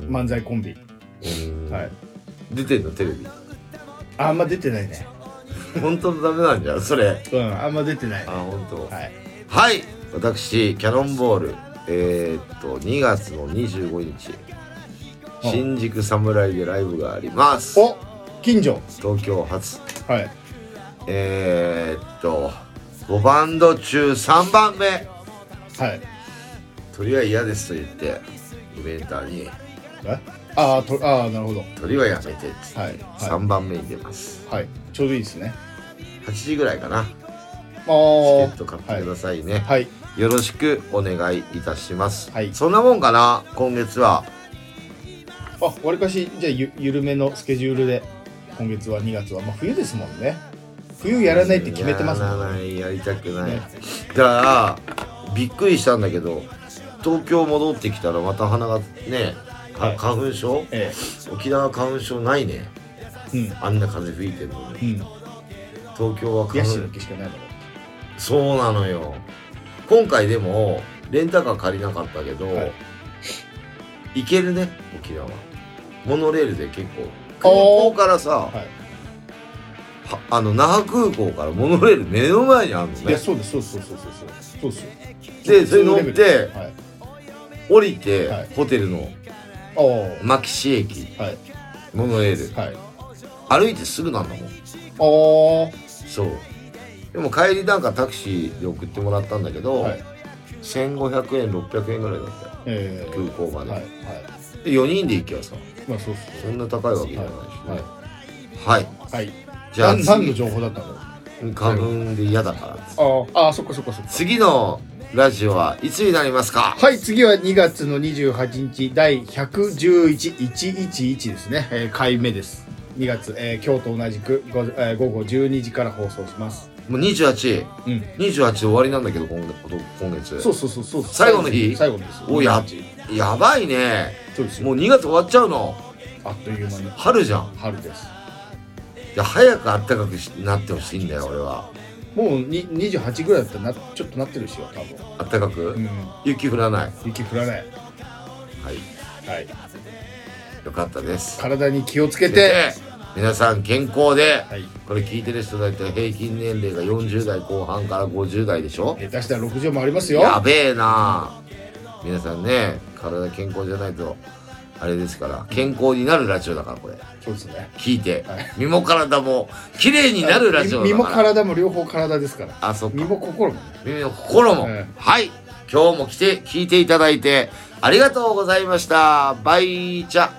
Speaker 1: うん
Speaker 2: 漫才コンビ。
Speaker 1: うん
Speaker 2: はい。
Speaker 1: 出てんのテレビ
Speaker 2: あんま出てないね。
Speaker 1: 本当のダメなんじゃんそれ
Speaker 2: うん、あんま出てない。
Speaker 1: あ
Speaker 2: は
Speaker 1: 本当はい、
Speaker 2: い。
Speaker 1: 私キャノンボールえーっと2月の25日
Speaker 2: うん
Speaker 1: 新宿侍でライブがあります
Speaker 2: お近所。
Speaker 1: 東京初
Speaker 2: はい。
Speaker 1: えーっと5バンド中3番目
Speaker 2: はい。
Speaker 1: 鳥は嫌ですと言ってイベンターに
Speaker 2: えああ、と、ああ、なるほど。
Speaker 1: 鳥はやめてっつって、
Speaker 2: はいは
Speaker 1: 3番目に出ます
Speaker 2: い。はい。ちょうどいいですね。
Speaker 1: 8時ぐらいかなチ
Speaker 2: あ
Speaker 1: ケ
Speaker 2: あ
Speaker 1: ッ。ト買ってくださいね、
Speaker 2: はい。
Speaker 1: よろしくお願いいたします、
Speaker 2: はい
Speaker 1: そんなもんかな今月は
Speaker 2: あ、わりかし、じゃあゆ、緩めのスケジュールで、今月は2月は、まあ、冬ですもんね。冬やらないって決めてます
Speaker 1: や
Speaker 2: もん
Speaker 1: ら
Speaker 2: ね。
Speaker 1: ないやりたくない、
Speaker 2: ね
Speaker 1: だからびっくりしたんだけど東京戻ってきたらまた鼻がねか
Speaker 2: はい
Speaker 1: 花粉症
Speaker 2: え
Speaker 1: 沖縄花粉症ないね
Speaker 2: え。うん。
Speaker 1: あんな風吹いてるのに
Speaker 2: うん。
Speaker 1: 東京は
Speaker 2: ヤ
Speaker 1: 花
Speaker 2: シの
Speaker 1: 粉
Speaker 2: 木しかないだろ
Speaker 1: そうなのよ今回でもレンタカー借りなかったけど、
Speaker 2: はい
Speaker 1: 行けるね沖縄モノレールで結構空港
Speaker 2: おー
Speaker 1: からさ、
Speaker 2: はい
Speaker 1: はあの那覇空港からモノレール目の前にあるの
Speaker 2: いや、
Speaker 1: ね
Speaker 2: そうです、そうです、そうです、そうです。そうですよ。
Speaker 1: でそれ乗って
Speaker 2: はい。
Speaker 1: 降りて、
Speaker 2: はい
Speaker 1: ホテルの
Speaker 2: ああ
Speaker 1: 牧師駅
Speaker 2: はい。
Speaker 1: モノレール
Speaker 2: はい。
Speaker 1: 歩いてすぐなんだもん
Speaker 2: あ
Speaker 1: そうでも帰りなんかタクシーで送ってもらったんだけ
Speaker 2: あ。
Speaker 1: ど、
Speaker 2: はい。
Speaker 1: 1500円600円ぐらいだったよ
Speaker 2: ええ
Speaker 1: 空港まで,、
Speaker 2: はい。はい。
Speaker 1: で4人で行きゃさ
Speaker 2: まあ、そうっす
Speaker 1: そ
Speaker 2: よ。
Speaker 1: んな高いわけじゃないしねはい、
Speaker 2: はい。
Speaker 1: じゃあ
Speaker 2: なん何の情報だったのあ
Speaker 1: 次花粉で嫌だから
Speaker 2: あ。ああ、そっかそっかそっか。
Speaker 1: 次のラジオはいつになりますか
Speaker 2: はい、次は2月の28日、第111111ですね。えー回目です。2月、えー今日と同じくご、えー午後12時から放送します。
Speaker 1: もう2828
Speaker 2: うん。
Speaker 1: 終わりなんだけど今月今月
Speaker 2: そうそうそうそう。
Speaker 1: 最後の日
Speaker 2: 最後の日です。
Speaker 1: おや
Speaker 2: 28
Speaker 1: やばいね
Speaker 2: そうですよ。
Speaker 1: もう2月終わっちゃうの
Speaker 2: あっという間に
Speaker 1: 春じゃん
Speaker 2: 春です。
Speaker 1: いや早くあったかくしなってほしいんだよ俺は
Speaker 2: もうに28ぐらいだったらなちょっとなってるしよ多分
Speaker 1: あったかく、
Speaker 2: うん
Speaker 1: 雪降らない
Speaker 2: 雪降らない
Speaker 1: はい
Speaker 2: はい
Speaker 1: よかったです
Speaker 2: 体に気をつけて
Speaker 1: で皆さん健康で、
Speaker 2: はい
Speaker 1: これ聞いてる人だって平均年齢が40代後半から50代でしょ
Speaker 2: 下手したら60もありますよ
Speaker 1: やべえな皆さんね体健康じゃないとあれですから健康になるラジオだからこれ
Speaker 2: そうですね
Speaker 1: 聞いて、
Speaker 2: はい
Speaker 1: 身も体も綺麗になるラジオ
Speaker 2: 身
Speaker 1: だ
Speaker 2: も
Speaker 1: から
Speaker 2: 体も両方体ですから
Speaker 1: あそっか
Speaker 2: 身も心もね
Speaker 1: 耳も心も、
Speaker 2: え
Speaker 1: はい今日も来て聞いていただいてありがとうございましたバイチャ